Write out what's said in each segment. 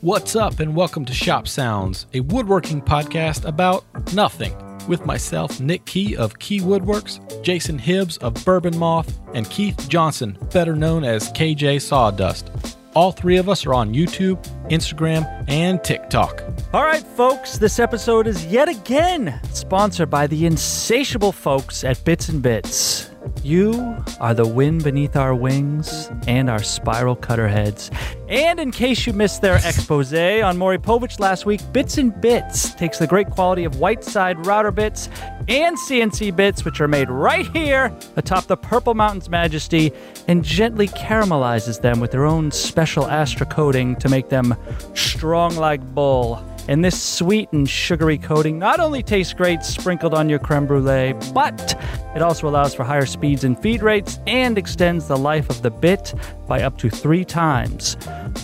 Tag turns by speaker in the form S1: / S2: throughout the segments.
S1: What's up, and welcome to Shop Sounds, a woodworking podcast about nothing. With myself, Nick Key of Key Woodworks, Jason Hibbs of Bourbon Moth, and Keith Johnson, better known as KJ Sawdust. All three of us are on YouTube, Instagram, and TikTok.
S2: All right, folks, this episode is yet again sponsored by the insatiable folks at Bits and Bits. You are the wind beneath our wings and our spiral cutter heads. And in case you missed their expose on Moripovich last week, Bits and Bits takes the great quality of Whiteside router bits and CNC bits, which are made right here atop the Purple Mountain's majesty, and gently caramelizes them with their own special Astra coating to make them strong like bull. And this sweet and sugary coating not only tastes great sprinkled on your creme brulee, but it also allows for higher speeds and feed rates and extends the life of the bit by up to three times.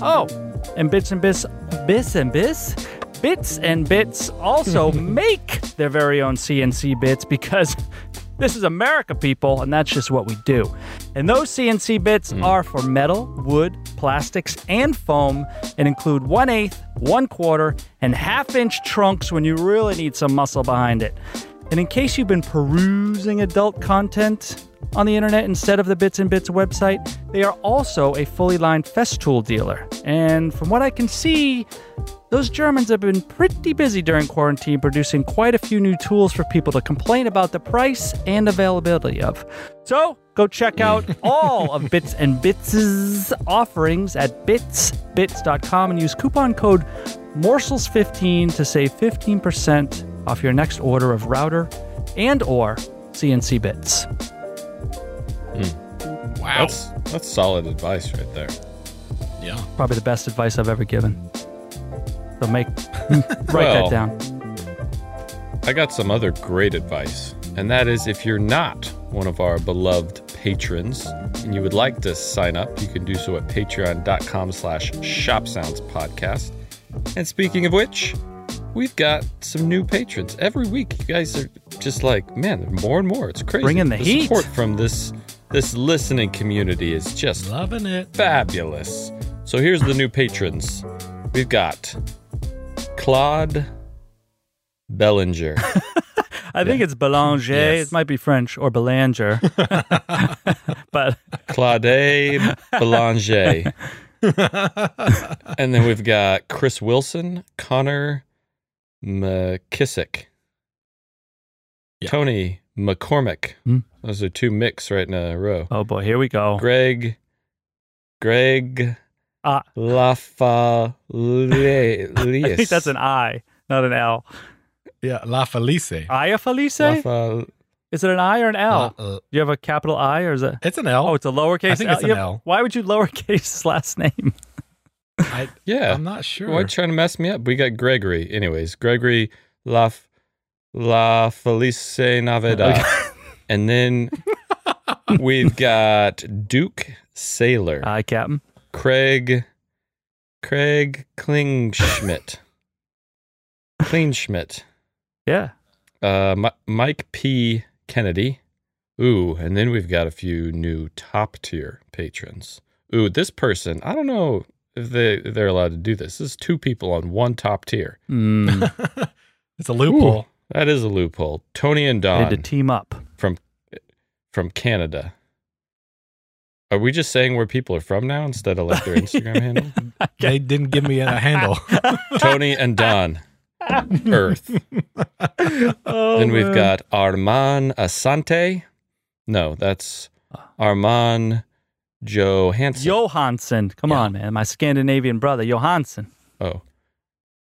S2: Oh, and bits and bits, bits and bits. Bits and Bits also make their very own CNC bits because this is America, people, and that's just what we do. And those CNC bits are for metal, wood, plastics, and foam and include 1 eighth, 1 quarter, and half inch trunks when you really need some muscle behind it. And in case you've been perusing adult content on the internet instead of the Bits and Bits website, they are also a fully lined Festool dealer. And from what I can see, those Germans have been pretty busy during quarantine producing quite a few new tools for people to complain about the price and availability of. So go check out all of Bits and Bits' offerings at bitsbits.com and use coupon code morsels15 to save 15% off your next order of router and or CNC bits.
S1: Wow.
S3: That's that's solid advice right there.
S1: yeah.
S2: Probably the best advice I've ever given. So make write that
S3: Well,
S2: down.
S3: I got some other great advice, and that is if you're not one of our beloved patrons and you would like to sign up, you can do so at patreon.com slash shopsoundspodcast. And speaking of which, we've got some new patrons. Every week you guys are just like, man, there are more and more. It's crazy.
S2: Bringing the heat.
S3: support from this this listening community is just
S1: Loving it.
S3: fabulous. So here's the new patrons. We've got Claude Bellinger.
S2: I think it's Belanger. It might be French or Belanger. but
S3: Claude Belanger. and then we've got Chris Wilson, Connor McKissick,
S1: Yeah.
S3: Tony McCormick.
S2: Hmm.
S3: Those are two mix right in a row.
S2: oh boy, here we go.
S3: Greg, Greg
S2: Ah.
S3: Lafalias.
S2: I think that's an I, not an L.
S1: Yeah. La Felice.
S2: Aya Felice?
S3: Lafal-
S2: is it an I or an L?
S1: La- uh,
S2: Do you have a capital I or is it?
S1: it's an L.
S2: Oh, it's a lowercase.
S1: I think it's an
S2: You have-
S1: L.
S2: Why would you lowercase his last name?
S1: I,
S3: Yeah.
S1: I'm not sure.
S3: Why you trying to mess me up? We got Gregory. Anyways, Gregory La, La Felice Navidad. And then we've got Duke Sailor,
S2: I Captain.
S3: Craig, Craig Klingschmidt, Klingschmidt,
S2: Yeah.
S3: uh, Mi- Mike P. Kennedy. Ooh, and then we've got a few new top tier patrons. Ooh, this person, I don't know if they, if they're allowed to do this. This is two people on one top tier.
S2: Mm,
S1: it's a loophole.
S3: That is a loophole. Tony and
S2: need to
S3: Don
S2: team up.
S3: from from Canada. Are we just saying where people are from now instead of like their Instagram handle?
S1: They didn't give me a handle.
S3: Tony and Don. Earth.
S2: Oh,
S3: then we've
S2: man.
S3: got Arman Asante. No, that's
S2: Ah.
S3: Arman Johansson.
S2: Johansson. Come on, man. My Scandinavian brother, Johansson.
S3: oh.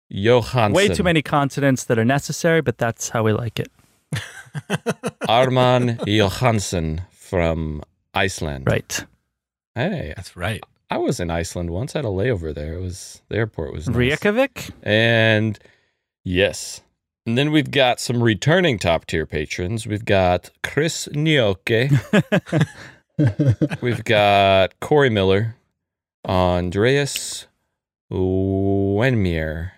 S3: Johansson.
S2: Way too many consonants that are necessary, but that's how we like it.
S3: Arman Johansson from Iceland.
S2: Right.
S3: Hey,
S1: That's right.
S3: I was in Iceland once. I had a layover there. It was the airport was nice.
S2: Reykjavik?
S3: And yes. And then we've got some returning top tier patrons. We've got Chris Nioke. we've got Corey Miller, Andreas Wenmier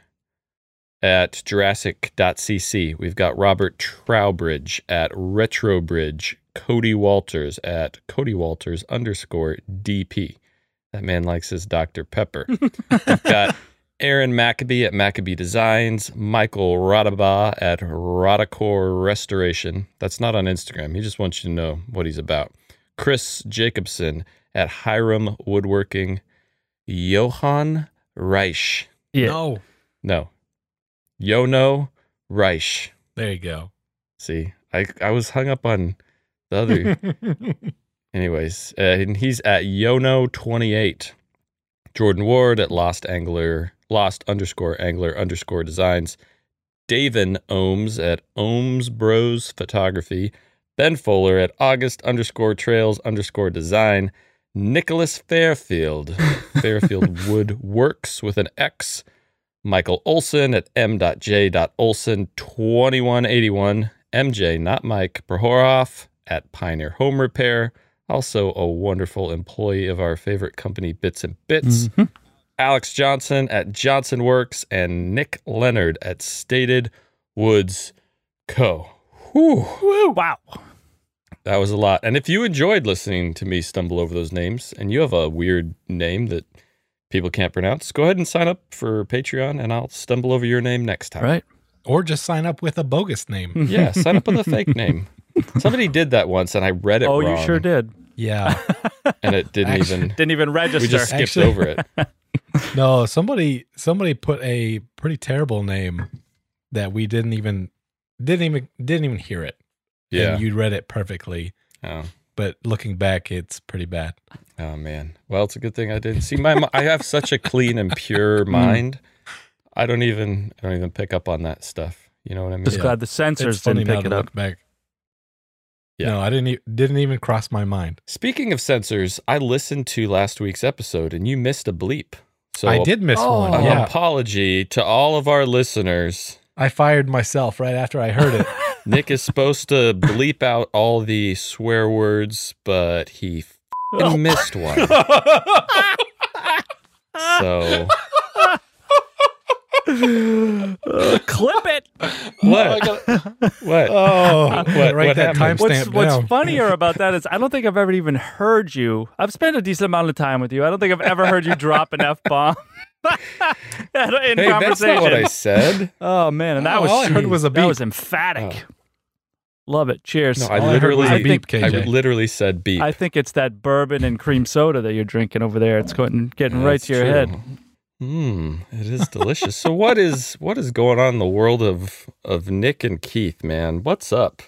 S3: at Jurassic.cc. We've got Robert Trowbridge at Retrobridge. Cody Walters at Cody Walters underscore DP. That man likes his Dr. Pepper. We've got Aaron Maccabee at Maccabee Designs, Michael Radaba at Radacor Restoration. That's not on Instagram. He just wants you to know what he's about. Chris Jacobson at Hiram Woodworking, Johann Reich.
S2: Yeah.
S1: No.
S3: No, Yono Reich.
S1: There you go.
S3: See, I I was hung up on the other Anyways, uh, and he's at Yono28. Jordan Ward at Lost Angler, Lost underscore Angler underscore Designs. Davin Ohms at Ohms Bros Photography. Ben Fuller at August underscore Trails underscore Design. Nicholas Fairfield, Fairfield Wood Works with an X. Michael Olson at m.j.olson2181. MJ, not Mike, Prohoroff at Pioneer Home Repair. Also a wonderful employee of our favorite company, Bits and Bits.
S1: Mm-hmm.
S2: Mhm.
S3: Alex Johnson at Johnson Works and Nick Leonard at Stated Woods Co. Whew.
S2: Woo, wow.
S3: That was a lot. And if you enjoyed listening to me stumble over those names and you have a weird name that people can't pronounce, go ahead and sign up for Patreon and I'll stumble over your name next time.
S2: Right.
S1: Or just sign up with a bogus
S2: Hmm.
S1: name.
S3: Yeah, sign up with a fake name. Somebody did that once and I read it
S2: Oh,
S3: wrong.
S2: you sure did.
S1: Yeah.
S3: And it didn't even,
S2: Didn't even register.
S3: we just skipped
S1: Actually-
S3: over it.
S1: No, somebody somebody put a pretty terrible name that we didn't even didn't even didn't even hear it.
S3: Yeah.
S1: And you read it perfectly.
S3: Oh.
S1: But looking back, it's pretty bad.
S3: Oh man. Well, it's a good thing I didn't see my. mi- I have such a clean and
S1: Mm.
S3: pure mind. I don't even. I don't even pick up on that stuff. You know what I mean?
S2: Just
S1: Yeah.
S2: glad the
S1: It's
S2: censors
S1: funny
S2: didn't
S1: now
S2: pick
S1: to
S2: it up.
S1: look back.
S3: Yeah.
S1: No, I didn't. E- didn't even cross my mind.
S3: Speaking of censors, I listened to last week's episode and you missed a bleep. So
S1: I did miss
S2: Oh.
S1: one.
S3: An
S1: Yeah,
S3: apology to all of our listeners.
S1: I fired myself right after I heard it.
S3: Nick is supposed to bleep out all the swear words, but he f- missed one.
S1: Oh
S3: So
S2: Uh, clip it.
S3: what? What?
S1: oh, write
S3: what
S1: that timestamp
S3: happened?
S2: What's, what's
S1: down.
S2: funnier about that is I don't think I've ever even heard you. I've spent a decent amount of time with you. I don't think I've ever heard you drop an f bomb in
S3: hey, that's
S2: conversation.
S3: not what I said.
S2: Oh man, and that
S1: Oh,
S2: was
S1: all I heard was a
S2: That
S1: beep.
S2: was emphatic. Love it. Cheers.
S3: No,
S2: I,
S3: I
S1: All I heard
S3: literally E
S1: was a
S3: I
S1: beep,
S3: think- I
S1: KJ.
S3: literally said beep.
S2: think it's that bourbon and cream soda that you're drinking over there. It's going getting right
S3: That's
S2: to your
S3: true.
S2: head.
S3: Mm, it is delicious. so what is what is going on in the world of of Nick and Keith, man? What's up?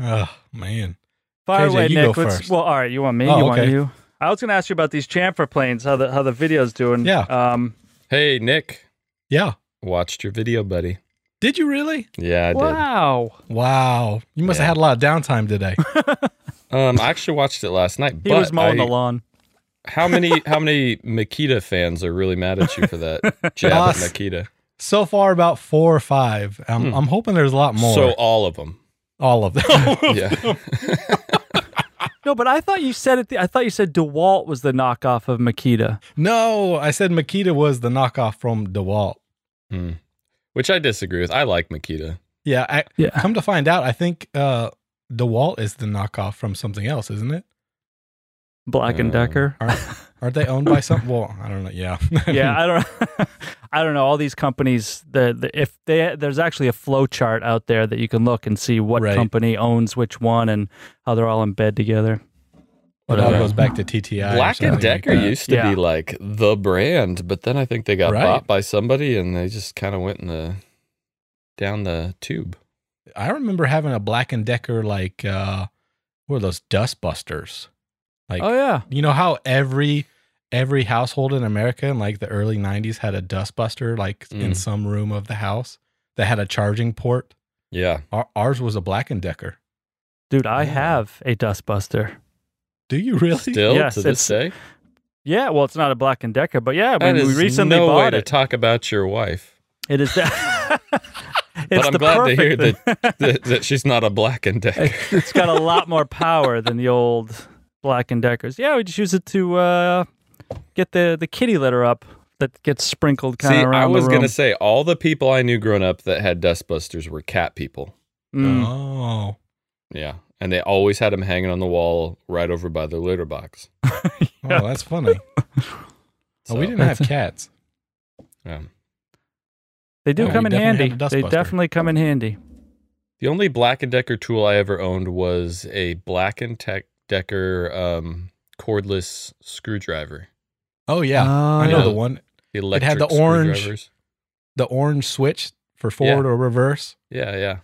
S1: Oh man,
S2: Fire
S1: KJ,
S2: away,
S1: you
S2: Nick.
S1: go
S2: Let's-
S1: first.
S2: Well, all right. You want me?
S1: Oh,
S2: you want
S1: okay.
S2: you? I was going to ask you about these chamfer planes. How the how the video's doing?
S1: Yeah.
S2: Um.
S3: Hey, Nick,
S1: yeah.
S3: watched your video, buddy.
S1: Did you really?
S3: Yeah, I
S2: wow.
S1: Wow, you must
S3: Yeah.
S1: have had a lot of downtime today.
S3: did. Um, I actually watched it last night.
S2: He
S3: but
S2: was mowing
S3: I-
S2: the lawn.
S3: How many how many Makita fans are really mad at you for that jab at
S1: Us.
S3: Makita?
S1: So far, about four or five. I'm,
S3: Hmm.
S1: I'm hoping there's a lot more.
S3: So all of them.
S1: all of them.
S3: Yeah.
S2: No, but I thought you said it. The, I thought you said Dewalt was the knockoff of Makita.
S1: no, I said Makita was the knockoff from Dewalt.
S3: Hmm. Which I disagree with. I like Makita.
S1: Yeah, I,
S2: Yeah.
S1: come to find out, I think uh, DeWalt is the knockoff from something else, isn't it?
S2: Black and
S3: Uh,
S2: Decker.
S1: Aren't they owned by some? Well, I don't know. Yeah.
S2: yeah, I don't. I don't know. All these companies, the, the if they there's actually a flow chart out there that you can look and see what
S1: Right.
S2: company owns which one and how they're all in bed together.
S1: It all
S3: Whatever.
S1: goes back to TTI. or
S3: Black
S1: something
S3: and
S1: like
S3: Decker
S1: that.
S3: used to
S2: Yeah.
S3: be like the brand, but then I think they got
S1: Right.
S3: bought by somebody and they just kind of went in the down the tube.
S1: I remember having a Black and Decker like uh, what are those dustbusters? Like
S2: oh yeah,
S1: you know how every every household in America in like the early '90s had a dustbuster like in
S3: Mm.
S1: some room of the house that had a charging port.
S3: Yeah.
S1: Our, ours was a Black and Decker.
S2: dude, I
S3: Yeah.
S2: have a Dustbuster.
S1: Do you really?
S3: Still
S2: Yes,
S3: to this day.
S2: Yeah, well, it's not a Black and Decker, but yeah,
S3: That
S2: we, we
S3: is
S2: recently
S3: no way
S2: bought
S3: to
S2: it.
S3: talk about your wife.
S2: it is that. it's
S3: I'm
S2: the
S3: glad to
S2: perfect
S3: hear
S2: thing.
S3: that, that she's not a black and decker.
S2: it's got a lot more power than the old Black and Deckers. Yeah, we just use it to uh, get the the kitty litter up that gets sprinkled
S3: See,
S2: kind of around
S3: I was
S2: the room.
S3: gonna say all the people I knew growing up that had dustbusters were cat people.
S2: Mm.
S1: Oh,
S3: Yeah, and they always had them hanging on the wall right over by their litter box.
S1: oh, that's funny. Oh,
S3: So,
S1: we didn't have cats.
S3: Um,
S2: They do
S1: Yeah,
S2: come
S1: Oh, you
S2: in
S1: definitely
S2: handy.
S1: had a
S2: They
S1: dustbuster.
S2: definitely come in handy.
S3: the only Black and Decker tool I ever owned was a Black and Tech Decker um, cordless screwdriver.
S1: Oh yeah, I know
S3: Uh, yeah.
S1: the one.
S3: The
S1: It had the
S3: electric
S1: orange-
S3: screwdrivers.
S1: The orange switch for forward or reverse.
S3: Yeah, yeah.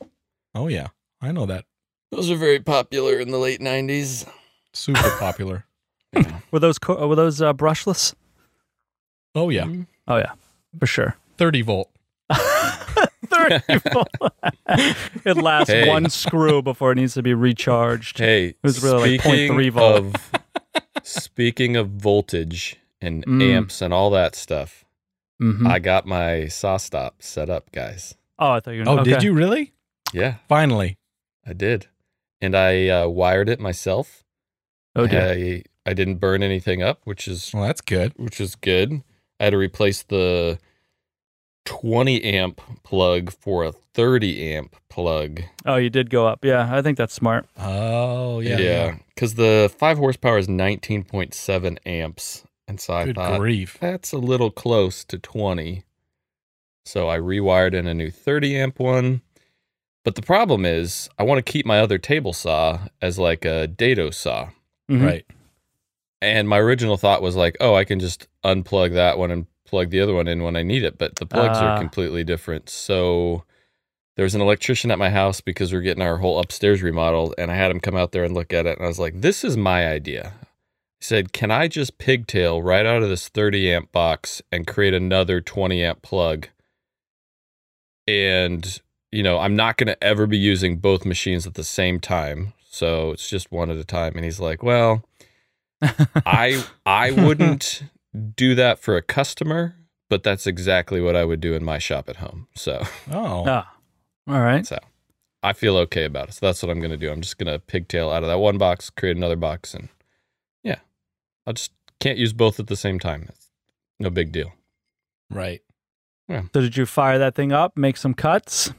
S1: Oh yeah, I know that.
S3: Those were very popular in the late nineties.
S1: Super popular.
S2: Were those co- were those uh, brushless?
S1: Oh yeah,
S2: Oh yeah, for sure.
S1: thirty volt.
S2: Thirty. it lasts
S3: Hey.
S2: one screw before it needs to be recharged.
S3: Hey,
S2: was really like
S3: speaking
S2: 0.3 volt.
S3: Of, speaking of voltage and
S2: Mm.
S3: amps and all that stuff,
S2: Mhm.
S1: Mm-hmm.
S3: I got my saw stop set up, guys.
S2: oh, I thought you. Were,
S1: Oh, did
S2: okay.
S1: you really?
S3: Yeah,
S1: Finally.
S3: I did, and I uh, wired it myself.
S2: Oh dear.
S3: I I didn't burn anything up, which is
S1: Well, that's good.
S3: which is good. I had to replace the 20 amp plug for a 30 amp plug.
S2: Oh, you did go up. Yeah, I think that's smart.
S1: Oh yeah.
S3: Because the five horsepower is 19.7 amps. And so I
S1: Good
S3: thought
S1: grief.
S3: that's a little close to 20. So I rewired in a new 30 amp one. But the problem is, I want to keep my other table saw as like a dado saw.
S2: Mhm.
S1: Right.
S3: And my original thought was like, oh, I can just unplug that one and plug the other one in when I need it. But the plugs
S2: Ah.
S3: are completely different. So there was an electrician at my house because we are getting our whole upstairs remodeled. And I had him come out there and look at it. And I was like, this is my idea. I said, can I just pigtail right out of this 30 amp box and create another 20 amp plug? And, you know, I'm not going to ever be using both machines at the same time. So it's just one at a time. And he's like, well, I I wouldn't do that for a customer, but that's exactly what I would do in my shop at home. So
S1: Oh.
S3: Uh,
S2: Ah, all right.
S3: I feel okay about it. So that's what I'm gonna do. I'm just gonna pigtail out of that one box, create another box, and yeah, I just can't use both at the same time. It's no big deal.
S1: Right.
S2: So did you fire that thing up? Make some cuts.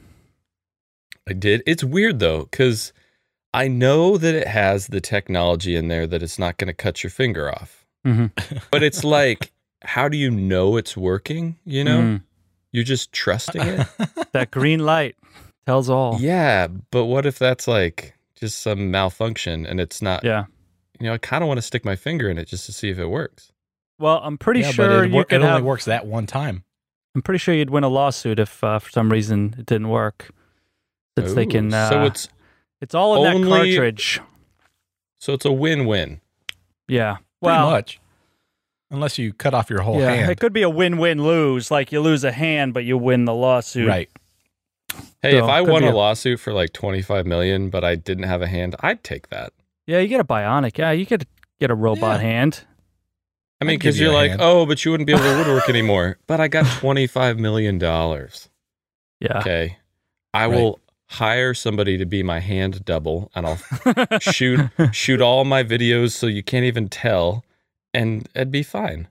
S3: I did. It's weird though, because I know that it has the technology in there that it's not gonna cut your finger off,
S2: Mm-hmm.
S3: but it's like, how do you know it's working? You know,
S2: Mm.
S3: you're just trusting it.
S2: that green light tells all.
S3: Yeah, but what if that's like just some malfunction and it's not?
S2: Yeah.
S3: You know, I kind of want to stick my finger in it just to see if it works.
S2: Well, I'm pretty
S1: yeah,
S2: sure
S1: but it,
S2: you
S1: wor-
S2: could
S1: it only
S2: have.
S1: works that one time.
S2: I'm pretty sure you'd win a lawsuit if, uh, for some reason, it didn't work. Since they
S3: Ooh,
S2: can, uh,
S3: Oh, so it's
S2: it's all in that
S3: only-
S2: cartridge.
S3: so it's a win-win.
S2: Yeah.
S1: Pretty
S2: Well,
S1: much. Unless you cut off your whole
S2: yeah, it
S1: hand.
S2: could be a win-win lose. Like you lose a hand, but you win the lawsuit.
S1: Right.
S3: Hey, if
S2: So,
S3: I
S2: could
S3: won
S2: be
S3: a
S2: a-
S3: lawsuit for like twenty-five million, but I didn't have a hand, I'd take that.
S2: Yeah, you get a bionic. Yeah, you could get a robot
S1: Yeah.
S2: hand.
S3: I
S1: I'd
S3: mean,
S1: give
S3: because
S1: you
S3: you're
S1: a
S3: like,
S1: hand.
S3: oh, but you wouldn't be able to woodwork anymore. But I got twenty-five million dollars.
S2: Yeah.
S3: Okay, I
S1: Ah. Right.
S3: will hire somebody to be my hand double, and I'll shoot shoot all my videos so you can't even tell, and it'd be fine.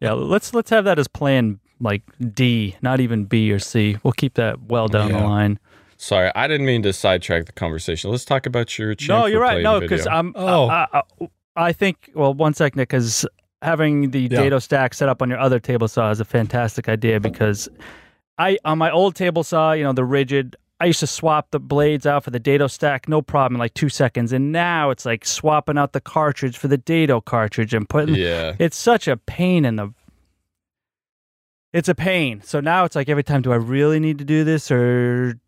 S2: yeah. Let's let's have that as plan like D, not even B or C. We'll keep that well down the
S1: Yeah.
S2: line.
S3: Sorry, I didn't mean to sidetrack the conversation. Let's talk about your champ.
S2: no, you're
S3: for
S2: right.
S3: Play
S2: No,
S3: video.
S2: because I'm.
S1: Oh.
S2: I, I, I think. Well, one second, because having the
S1: Yeah.
S2: dado stack set up on your other table saw is a fantastic idea. Because I on my old table saw, you know, the rigid. I used to swap the blades out for the dado stack, no problem, in like two seconds. And now it's like swapping out the cartridge for the dado cartridge and putting.
S3: yeah,
S2: It's such a pain in the. It's a pain. So now it's like every time, do I really need to do this or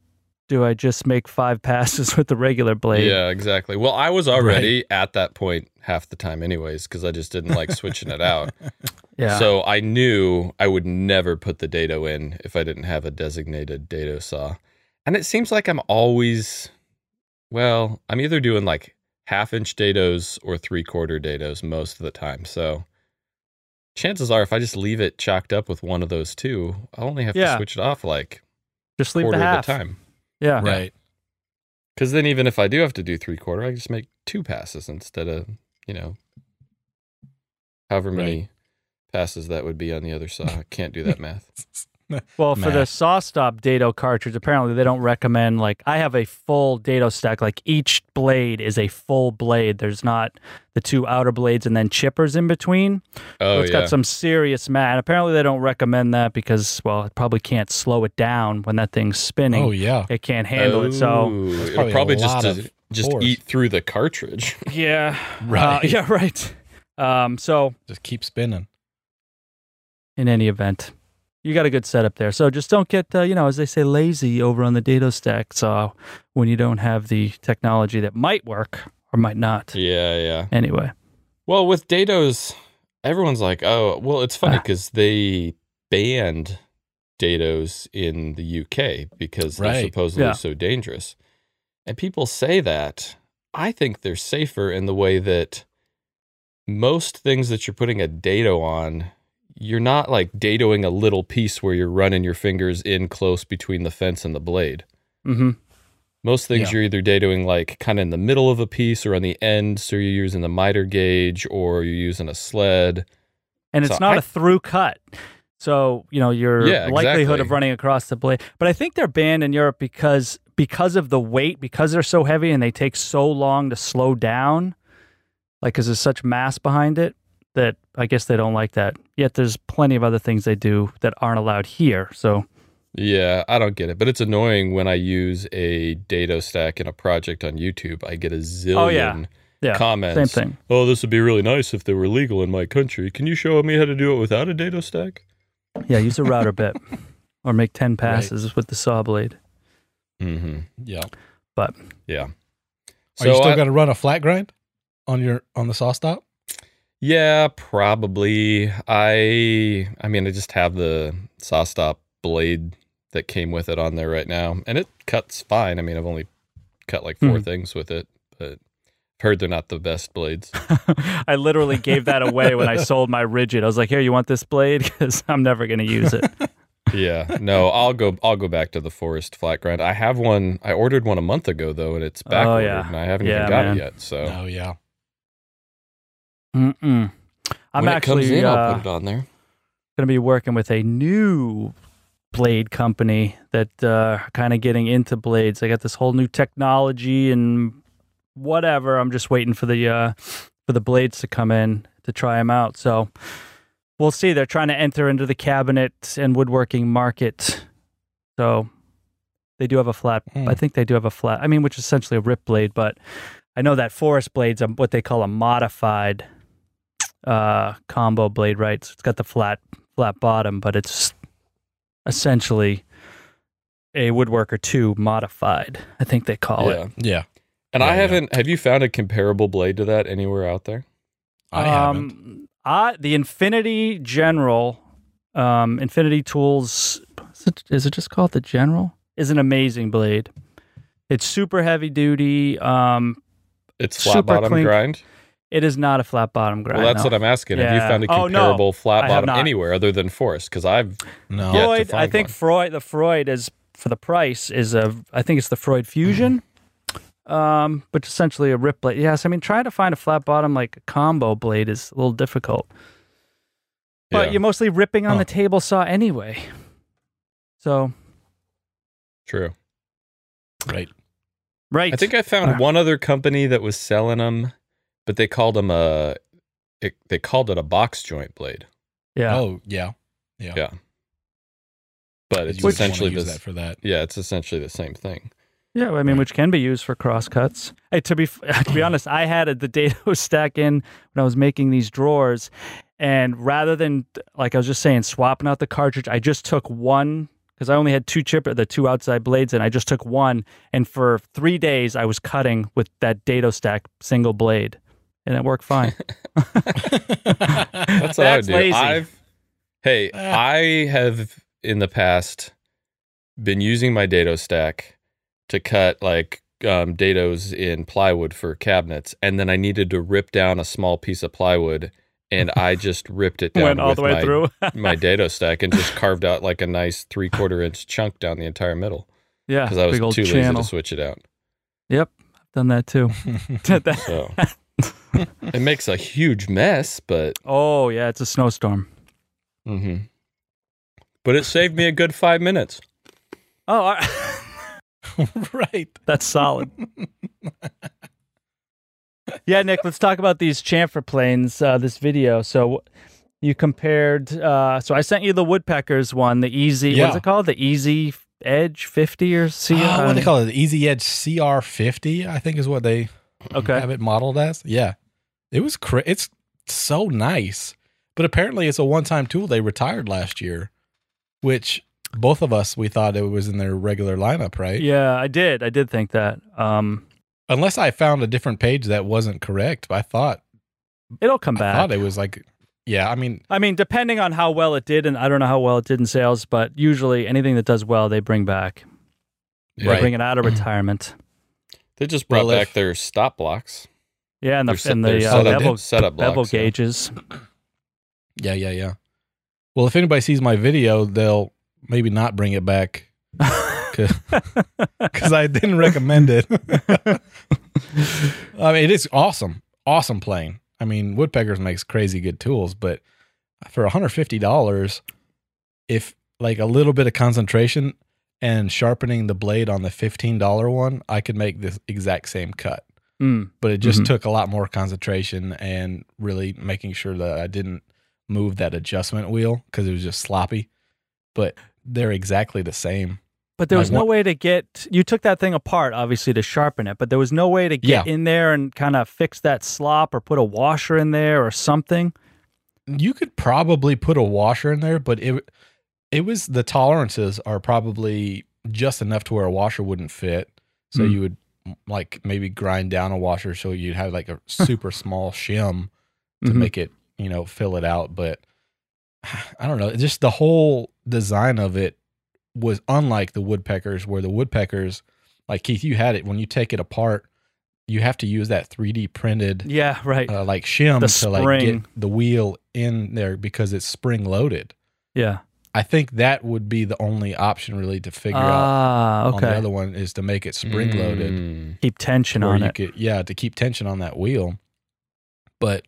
S2: do I just make five passes with the regular blade?
S3: yeah, exactly. Well, I was already at that point half the time, anyways, because I just didn't like switching it out.
S2: Yeah.
S3: So I knew I would never put the dado in if I didn't have a designated dado saw, and it seems like I'm always, well, I'm either doing like half inch dados or three quarter dados most of the time. So chances are, if I just leave it chalked up with one of those two, I'll only have
S2: Yeah.
S3: to switch it off like
S2: Just leave
S3: quarter
S2: the
S3: of
S2: half.
S3: the time.
S2: Yeah.
S1: Right.
S3: Because then, even if I do have to do three quarter, I can just make two passes instead of you know, however many passes that would be on the other side. I can't do that math.
S2: Well, for the
S1: Matt.
S2: saw stop dado cartridge, apparently they don't recommend like I have a full dado stack. Like each blade is a full blade. There's not the two outer blades and then chippers in between.
S3: Oh
S2: so it's
S3: yeah.
S2: got some serious mat. And apparently they don't recommend that because well, it probably can't slow it down when that thing's spinning.
S1: Oh yeah.
S2: It can't handle it. So
S3: Ooh, it'll
S1: probably
S3: probably,
S1: a
S3: just
S1: lot
S3: to-
S1: of
S3: just
S1: force.
S3: eat through the cartridge.
S2: yeah, Uh,
S1: Right.
S2: yeah, right. Um, so
S1: Just keep spinning.
S2: in any event. You got a good setup there. So just don't get, uh, you know, as they say, lazy over on the dado stack. So when you don't have the technology that might work or might not.
S3: yeah, yeah.
S2: Anyway,
S3: Well, with dados, everyone's like, "Oh, well, it's funny because they banned dados in the UK because they're
S1: Right.
S3: supposedly
S2: Yeah.
S3: so dangerous." And people say that. I think they're safer in the way that most things that you're putting a dado on, you're not like dadoing a little piece where you're running your fingers in close between the fence and the blade.
S2: hmm
S3: Most things
S1: Yeah.
S3: you're either datoing like kind of in the middle of a piece or on the end, so you're using the miter gauge or you're using a sled.
S2: and it's
S3: So
S2: not
S3: I-
S2: a through cut. So you know your
S3: Yeah,
S2: likelihood of
S3: exactly.
S2: running across the blade. But I think they're banned in Europe because because of the weight, because they're so heavy and they take so long to slow down, like because there's such mass behind it that I guess they don't like that. Yet there's plenty of other things they do that aren't allowed here. So
S3: Yeah, I don't get it, but it's annoying when I use a dado stack in a project on YouTube. I
S1: Oh,
S3: get a zillion
S2: yeah. yeah,
S3: comments.
S2: same thing.
S3: Oh, this would be really nice if they were legal in my country. Can you show me how to do it without a dado stack?
S2: Yeah, use a router bit or make ten
S1: Right.
S2: passes with the saw blade.
S3: Mm-hmm.
S1: Yeah.
S2: But
S3: Yeah.
S1: Are you still gonna run a flat grind on your on the saw stop?
S3: Yeah, probably. I I mean, I just have the saw stop blade that came with it on there right now, and it cuts fine. I mean, I've only cut like four
S2: Hmm.
S3: things with it, but I've heard they're not the best blades.
S2: I literally gave that away when I sold my rigid. I was like, "Here, you want this blade? Because I'm never going to use it."
S3: yeah, no, I'll go. I'll go back to the forest flat grind. I have one. I ordered one a month ago though, and it's back
S2: Oh,
S3: ordered,
S2: yeah.
S3: and I haven't
S2: Yeah,
S3: even got
S2: man.
S3: it yet. So
S1: Oh yeah.
S2: Mm-mm. I'm
S3: when
S2: actually
S3: it comes in, I'll
S2: uh,
S3: put it on there.
S2: going to be working with a new blade company that uh, kind of getting into blades. I got this whole new technology and whatever. I'm just waiting for the uh, for the blades to come in to try them out. So we'll see. They're trying to enter into the cabinet and woodworking market. So they do have a flat.
S1: Hmm.
S2: I think they do have a flat. I mean, which is essentially a rip blade, but I know that forest blade's a, what they call a modified uh, combo blade, right? So it's got the flat flat bottom, but it's essentially a woodworker two modified. I think they call
S3: yeah,
S2: it.
S1: Yeah.
S3: and
S1: Yeah,
S3: I
S1: yeah.
S3: haven't. Have you found a comparable blade to that anywhere out there?
S1: I
S2: Um,
S1: haven't.
S2: I, the Infinity General, um, Infinity Tools. Is it, is it just called the General? Is an amazing blade. It's super heavy duty. Um,
S3: It's flat
S2: Super
S3: bottom
S2: clink.
S3: grind.
S2: it is not a flat bottom grind.
S3: Well, that's
S2: no.
S3: what I'm asking. Have you
S2: Yeah.
S3: found a
S2: Oh, no.
S3: comparable
S2: I
S3: flat
S2: have
S3: bottom
S2: not.
S3: anywhere other than Forest? Because I've
S1: No.
S3: Yeah. to
S2: Freud, I
S3: find
S2: think
S3: one.
S2: Freud, the Freud is for the price is a, I think it's the Freud Fusion,
S3: Mm-hmm.
S2: um, but essentially a rip blade. Yes, I mean trying to find a flat bottom like a combo blade is a little difficult, but
S3: yeah, Oh.
S2: you're mostly ripping on
S1: Huh.
S2: the table saw anyway. So
S3: true.
S1: Right.
S2: right,
S3: I think I found
S2: Uh.
S3: one other company that was selling them, but they called them a it, they called it a box joint blade,
S2: yeah,
S1: Oh yeah. Yeah.
S3: Yeah. but
S1: You
S3: it's
S1: just wanna
S3: essentially
S1: use
S3: this.
S1: that for that.
S3: yeah, it's essentially the same thing.
S2: yeah. I mean, which can be used for cross cuts. Hey, to be f- to be honest, I had a, the dado stack in when I was making these drawers, and rather than like I was just saying swapping out the cartridge, I just took one because I only had two chipper, the two outside blades, and I just took one. And for three days, I was cutting with that dado stack single blade, and it worked fine.
S3: That's what
S2: That's
S3: I would do.
S2: lazy.
S3: I've hey,
S1: Ah.
S3: I have in the past been using my dado stack to cut like um, dados in plywood for cabinets, and then I needed to rip down a small piece of plywood, and I just ripped it down
S2: Went all
S3: with
S2: the way
S3: my,
S2: through.
S3: my dado stack and just carved out like a nice three quarter inch chunk down the entire middle
S2: yeah,
S3: because I was
S2: Ah, big old
S3: too
S2: channel.
S3: lazy to switch it out.
S2: Yep, I've done that too. Did that-
S3: So it makes a huge mess, but
S2: Oh yeah, it's a snowstorm.
S3: Mm-hmm. but it saved me a good five minutes.
S2: Oh, all right.
S1: right.
S2: That's solid. yeah, Nick, let's talk about these chamfer planes, uh, this video. So you compared, uh, so I sent you the woodpeckers one, the E easy,
S1: Yeah.
S2: what's it called? The easy edge 50 or C? um,
S1: Ah, what do they call it? The Easy Edge CR50, I think is what they
S2: Okay.
S1: have it modeled as. Yeah. It was cra- it's so nice. But apparently it's a one-time tool they retired last year, which both of us we thought it was in their regular lineup, right?
S2: Yeah, I did. I did think that. Um,
S1: Unless I found a different page that wasn't correct. I thought
S2: it'll come
S1: I
S2: back.
S1: thought it was like yeah, I mean,
S2: I mean, depending on how well it did, and I don't know how well it did in sales, but usually anything that does well, they bring back. They
S1: Right. Mm.
S2: bring it out of retirement.
S3: They just brought
S1: Well, if-
S3: back their stop blocks.
S2: Yeah, and
S3: Their
S2: the,
S3: set-
S2: and
S3: their
S2: the uh,
S1: setup-
S2: bevel,
S3: setup blocks,
S2: bevel
S3: yeah.
S2: gauges.
S1: yeah, yeah, yeah. Well, if anybody sees my video, they'll maybe not bring it back because I didn't recommend it. I mean, it is awesome, awesome plane. I mean, Woodpeckers makes crazy good tools, but for one hundred fifty dollars, if like a little bit of concentration and sharpening the blade on the fifteen dollar one, I could make this exact same cut.
S2: Mm,
S1: But it just
S2: Mhm.
S1: took a lot more concentration and really making sure that I didn't move that adjustment wheel because it was just sloppy. But they're exactly the same.
S2: But there
S1: Like
S2: was no
S1: what-
S2: way to get. You took that thing apart, obviously, to sharpen it. But there was no way to get in there and kind of fix that slop or put a washer in there or something.
S1: you could probably put a washer in there, but it it was the tolerances are probably just enough to where a washer wouldn't fit. So
S2: Hmm.
S1: you would m- like maybe grind down a washer so you'd have like a super small shim to
S2: Mhm.
S1: make it, you know, fill it out, but I don't know, just the whole design of it was unlike the woodpeckers where the woodpeckers like Keith you had it when you take it apart, you have to use that 3D printed
S2: yeah, right.
S1: uh, like shim
S2: The
S1: to like get
S2: spring.
S1: the wheel in there because it's spring loaded.
S2: yeah.
S1: I think that would be the only option really to figure out.
S2: Ah,
S1: On the
S2: okay.
S1: other one is to make it spring loaded,
S3: Mm.
S2: Keep tension
S1: where
S2: on
S1: you
S2: it.
S1: could yeah to keep tension on that wheel. But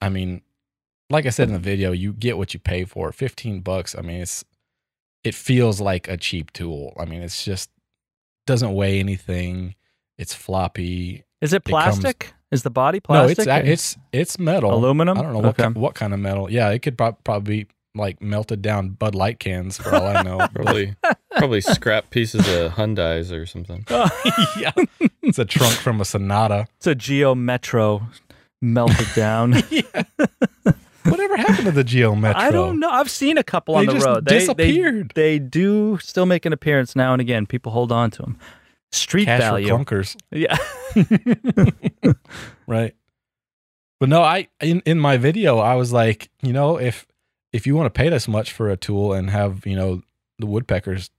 S1: I mean, like I said in the video, you get what you pay for. Fifteen bucks. I mean, it's it feels like a cheap tool. I mean, it's just doesn't weigh anything. It's floppy.
S2: Is it
S1: comes-
S2: plastic? Is the body plastic?
S1: No, it's ac- it's it's metal.
S2: Aluminum?
S1: I don't know what
S2: Okay.
S1: ki- what kind of metal. Yeah, it could prob- probably be like melted down Bud Light cans for all I know.
S3: Probably, probably scrap pieces of Hyundai's or something.
S1: yeah, it's a trunk from a Sonata.
S2: it's a Geo Metro melted down.
S1: Whatever happened to the Geo Metro?
S2: I don't know. I've seen a couple on
S1: They
S2: the
S1: just
S2: road.
S1: disappeared.
S2: They, do still make an appearance now and again. People hold on to them. Street
S1: Cash for
S2: value.
S1: clunkers,
S2: Yeah.
S1: right? But no, I in in my video I was like, you know, if if you want to pay this much for a tool and have you know the woodpeckers,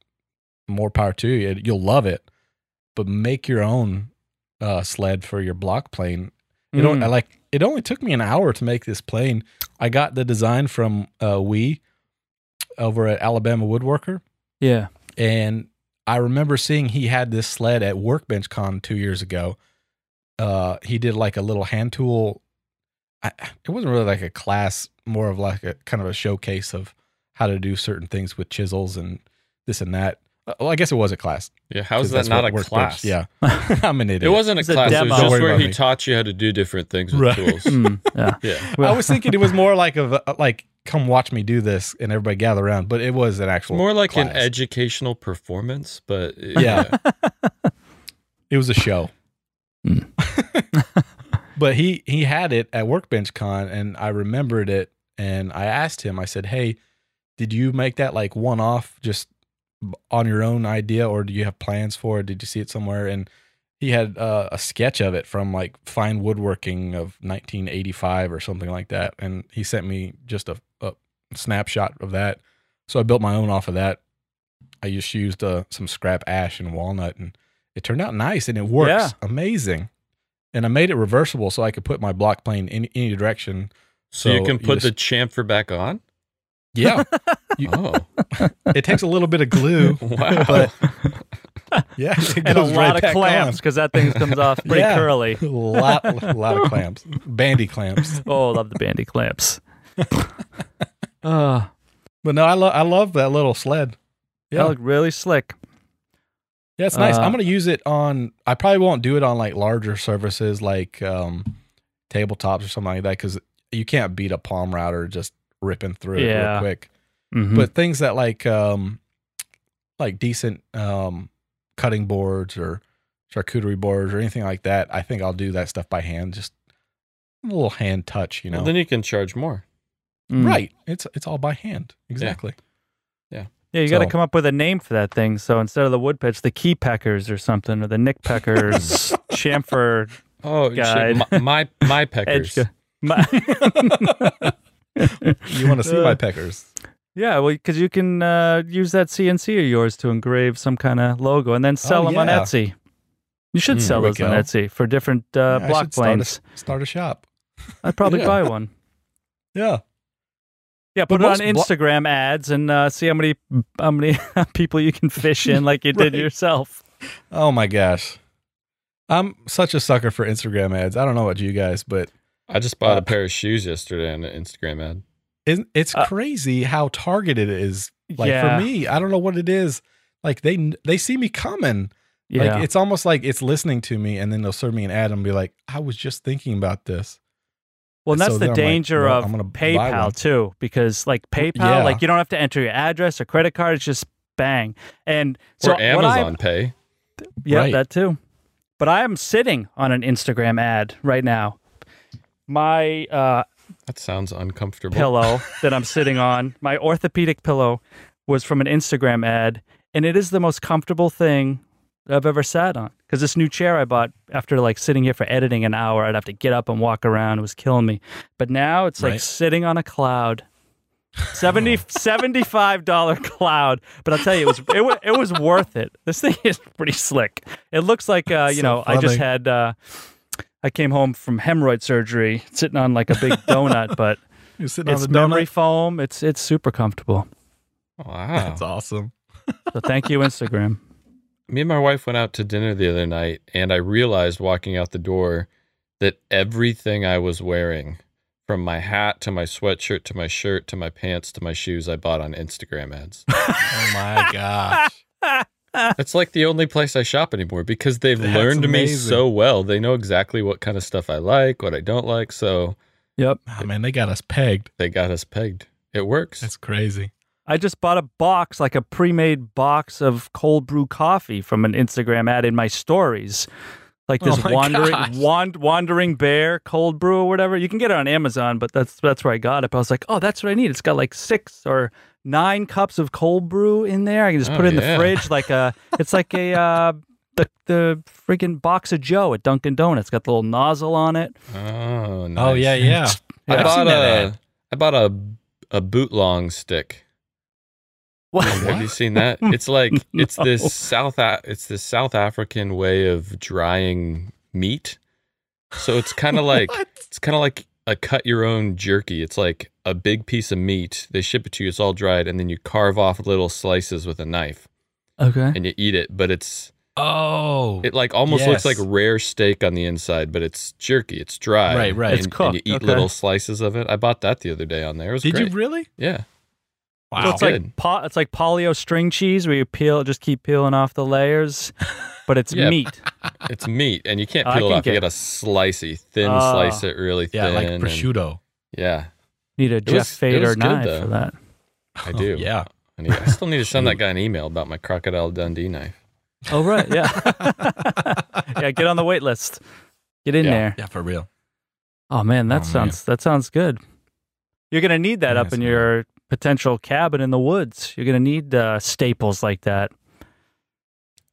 S1: more power to you. You'll love it, but make your own uh, sled for your block plane It
S3: Hmm.
S1: don't I
S2: Mm.
S1: like it only took me an hour to make this plane. I got the design from uh we over at Alabama Woodworker
S2: Yeah.
S1: and I remember seeing he had this sled at Workbench Con 2 years ago. Uh he did like a little hand tool I, it wasn't really like a class, more of like a kind of a showcase of how to do certain things with chisels and this and that. Uh, Well, I guess it was a class.
S3: Yeah, how
S1: 'cause
S3: is
S1: that's
S3: that not
S1: what
S3: a
S1: Workbench-
S3: class?
S1: Yeah. I'm an idiot.
S3: It wasn't a
S2: It's a
S3: class. It
S2: demo.
S3: was
S1: Don't
S3: just
S1: worry
S3: where
S1: about
S3: he
S1: me.
S3: taught you how to do different things with
S1: Right.
S3: tools.
S2: Mm, yeah.
S3: Yeah.
S1: I was thinking it was more like of uh, like come watch me do this and everybody gather around, but it was an
S3: It's
S1: actual
S3: more like an
S1: class.
S3: educational performance, but uh,
S1: Yeah. It was a show.
S2: Mm.
S1: but he he had it at Workbench Con and I remembered it and I asked him, I said, "Hey, did you make that like one off just b- on your own idea or do you have plans for it? Did you see it somewhere?" And he had uh, a sketch of it from like fine woodworking of 1985 or something like that and he sent me just a, a snapshot of that so i built my own off of that i just used uh, some scrap ash and walnut and it turned out nice and it works
S2: Yeah.
S1: amazing and i made it reversible so i could put my block plane in any direction
S3: So, you can put the
S1: just-
S3: chamfer back on?
S1: yeah You-
S3: Oh,
S1: it takes a little bit of glue
S3: wow.
S1: But- yeah it
S2: And a
S1: goes
S2: lot
S1: right
S2: of
S1: back on.
S2: clamps because that thing comes off pretty
S1: Yeah.
S2: curly.
S1: a lot, a lot of clamps bandy clamps
S2: Oh, love the bandy clamps. uh,
S1: But no, I love I love that little sled. Yeah.
S2: That looked really slick.
S1: Yeah, it's nice.
S2: Uh,
S1: I'm gonna use it on. I probably won't do it on like larger services like um, tabletops or something like that because you can't beat a palm router just ripping through it
S2: Yeah.
S1: real quick.
S2: Mhm.
S1: But things that like um, like decent um, cutting boards or charcuterie boards or anything like that, I think I'll do that stuff by hand. Just a little hand touch, you know.
S3: Well, then you can charge more.
S2: Mm.
S1: right? It's it's all by hand. Exactly.
S2: Yeah, you got to
S1: So-
S2: come up with a name for that thing. So instead of the woodpitch, the key peckers or something, or the nick peckers, chamfer,
S3: Oh,
S2: Guide.
S3: shit. My, my my
S2: edge.
S3: peckers.
S1: You want to see
S2: Uh,
S1: my peckers?
S2: Yeah, well, because you can uh, use that CNC of yours to engrave some kind of logo and then sell
S1: Oh,
S2: them on
S1: yeah. Hmm,
S2: Etsy. You should
S3: Mm,
S2: sell
S1: there we
S2: those on
S1: go.
S2: Etsy for different uh,
S1: Yeah, I
S2: block
S1: should start a
S2: planes.
S1: s- start a shop.
S2: I'd probably
S3: Yeah.
S2: buy one.
S1: Yeah.
S2: Yeah,
S1: But
S2: put it on
S1: most blo-
S2: Instagram ads and uh, see how many how many people you can fish in, like you did
S1: Right.
S2: yourself.
S1: Oh my gosh. I'm such a sucker for Instagram ads. I don't know about you guys, but
S3: I just bought
S1: Uh,
S3: a pair of shoes yesterday on an Instagram ad.
S1: it- it's
S2: Uh,
S1: crazy how targeted it is. Like
S2: yeah,
S1: for me, I don't know what it is. Like they they see me coming.
S2: yeah,
S1: Like it's almost like it's listening to me, and then they'll serve me an ad and be like, "I was just thinking about this."
S2: Well, and
S1: So then
S2: that's the
S1: I'm like,
S2: danger
S1: well, I'm
S2: of
S1: gonna buy one.
S2: PayPal too, because like PayPal,
S1: yeah.
S2: like you don't have to enter your address or credit card; it's just bang. And so
S3: or
S2: what I-
S3: Amazon Pay.
S2: yeah,
S1: Right.
S2: that too. But I am sitting on an Instagram ad right now. My uh,
S3: That sounds uncomfortable.
S2: pillow that I'm sitting on, my orthopedic pillow, was from an Instagram ad, and it is the most comfortable thing I've ever sat on. Because this new chair I bought after like sitting here for editing an hour, I'd have to get up and walk around. It was killing me. But now it's like
S1: Right.
S2: sitting on a cloud. 70 $75 cloud but i'll tell you it was it, wa- it was worth it this thing is pretty slick it looks like uh you
S1: So
S2: know i just
S1: funny.
S2: had uh i came home from hemorrhoid surgery sitting on like a big donut but
S1: You're sitting
S2: it's
S1: on the
S2: memory
S1: memory.
S2: foam. It's it's super comfortable.
S3: Wow.
S1: That's
S2: Oh.
S1: awesome.
S2: So thank you, Instagram.
S3: Me and my wife went out to dinner the other night, and I realized walking out the door that everything I was wearing, from my hat to my sweatshirt to my shirt to my pants to my shoes, I bought on Instagram ads.
S1: Oh my gosh.
S3: That's like the only place I shop anymore because they've
S1: That's
S3: learned me
S1: amazing.
S3: so well. They know exactly what kind of stuff I like, what I don't like. So
S2: Yep.
S1: Oh man, they got us pegged.
S3: they got us pegged. It works.
S1: That's crazy.
S2: I just bought a box, like a pre-made box of cold brew coffee from an Instagram ad in my stories. Like
S1: Oh
S2: this
S1: my gosh.
S2: wandering wand, wandering bear cold brew or whatever. You can get it on Amazon, but that's that's where I got it. But I was like, oh, that's what I need. It's got like six or nine cups of cold brew in there. I can just
S3: Oh,
S2: put it in
S3: yeah.
S2: the fridge like a it's like a uh, the the freaking box of Joe at Dunkin' Donuts. Got the little nozzle on it.
S3: oh, nice.
S1: Oh yeah, yeah.
S3: I
S2: Yeah.
S1: I've seen
S3: bought
S1: that
S3: a
S1: ad.
S3: I bought a a bootlong stick. Have you seen that? It's like it's
S2: No.
S3: this South A- it's this South African way of drying meat. So it's kind of like
S1: What?
S3: it's kind of like a cut your own jerky. It's like a big piece of meat. They ship it to you. It's all dried, and then you carve off little slices with a knife
S2: Okay.
S3: and you eat it. But it's
S1: Oh.
S3: it like almost looks
S1: Yes.
S3: like rare steak on the inside, but it's jerky. It's dry.
S1: Right, right.
S3: And,
S1: It's
S3: and you
S2: cooked,
S3: eat
S2: okay.
S3: little slices of it. I bought that the other day on there. It was
S1: Did
S3: great.
S1: you really?
S3: yeah.
S1: Wow.
S2: So it's
S3: Good.
S2: like po- it's like polio string cheese where you peel just keep peeling off the layers, but it's
S3: Yeah.
S2: meat.
S3: It's meat, and you can't
S2: I
S3: peel it
S2: can
S3: off. you
S2: get-
S3: got to slicey, thin
S2: Ah.
S3: slice it really thin.
S1: yeah, like
S3: and-
S1: prosciutto.
S3: yeah,
S2: Need a
S3: was-
S2: Jeff
S3: it was
S2: Fader
S3: good,
S2: knife
S3: though.
S2: for that.
S3: I
S2: Oh,
S3: do.
S1: Oh, yeah.
S3: I, need- I still need to send that guy an email about my crocodile Dundee knife.
S2: Oh right, yeah, yeah. Get on the wait list. Get in
S3: Yeah.
S2: there.
S1: Yeah, for real.
S2: Oh man, that
S1: Oh, man.
S2: sounds that sounds good. You're gonna need that up
S1: Yes,
S2: in
S1: man.
S2: your potential cabin in the woods. You're gonna need uh, staples like that.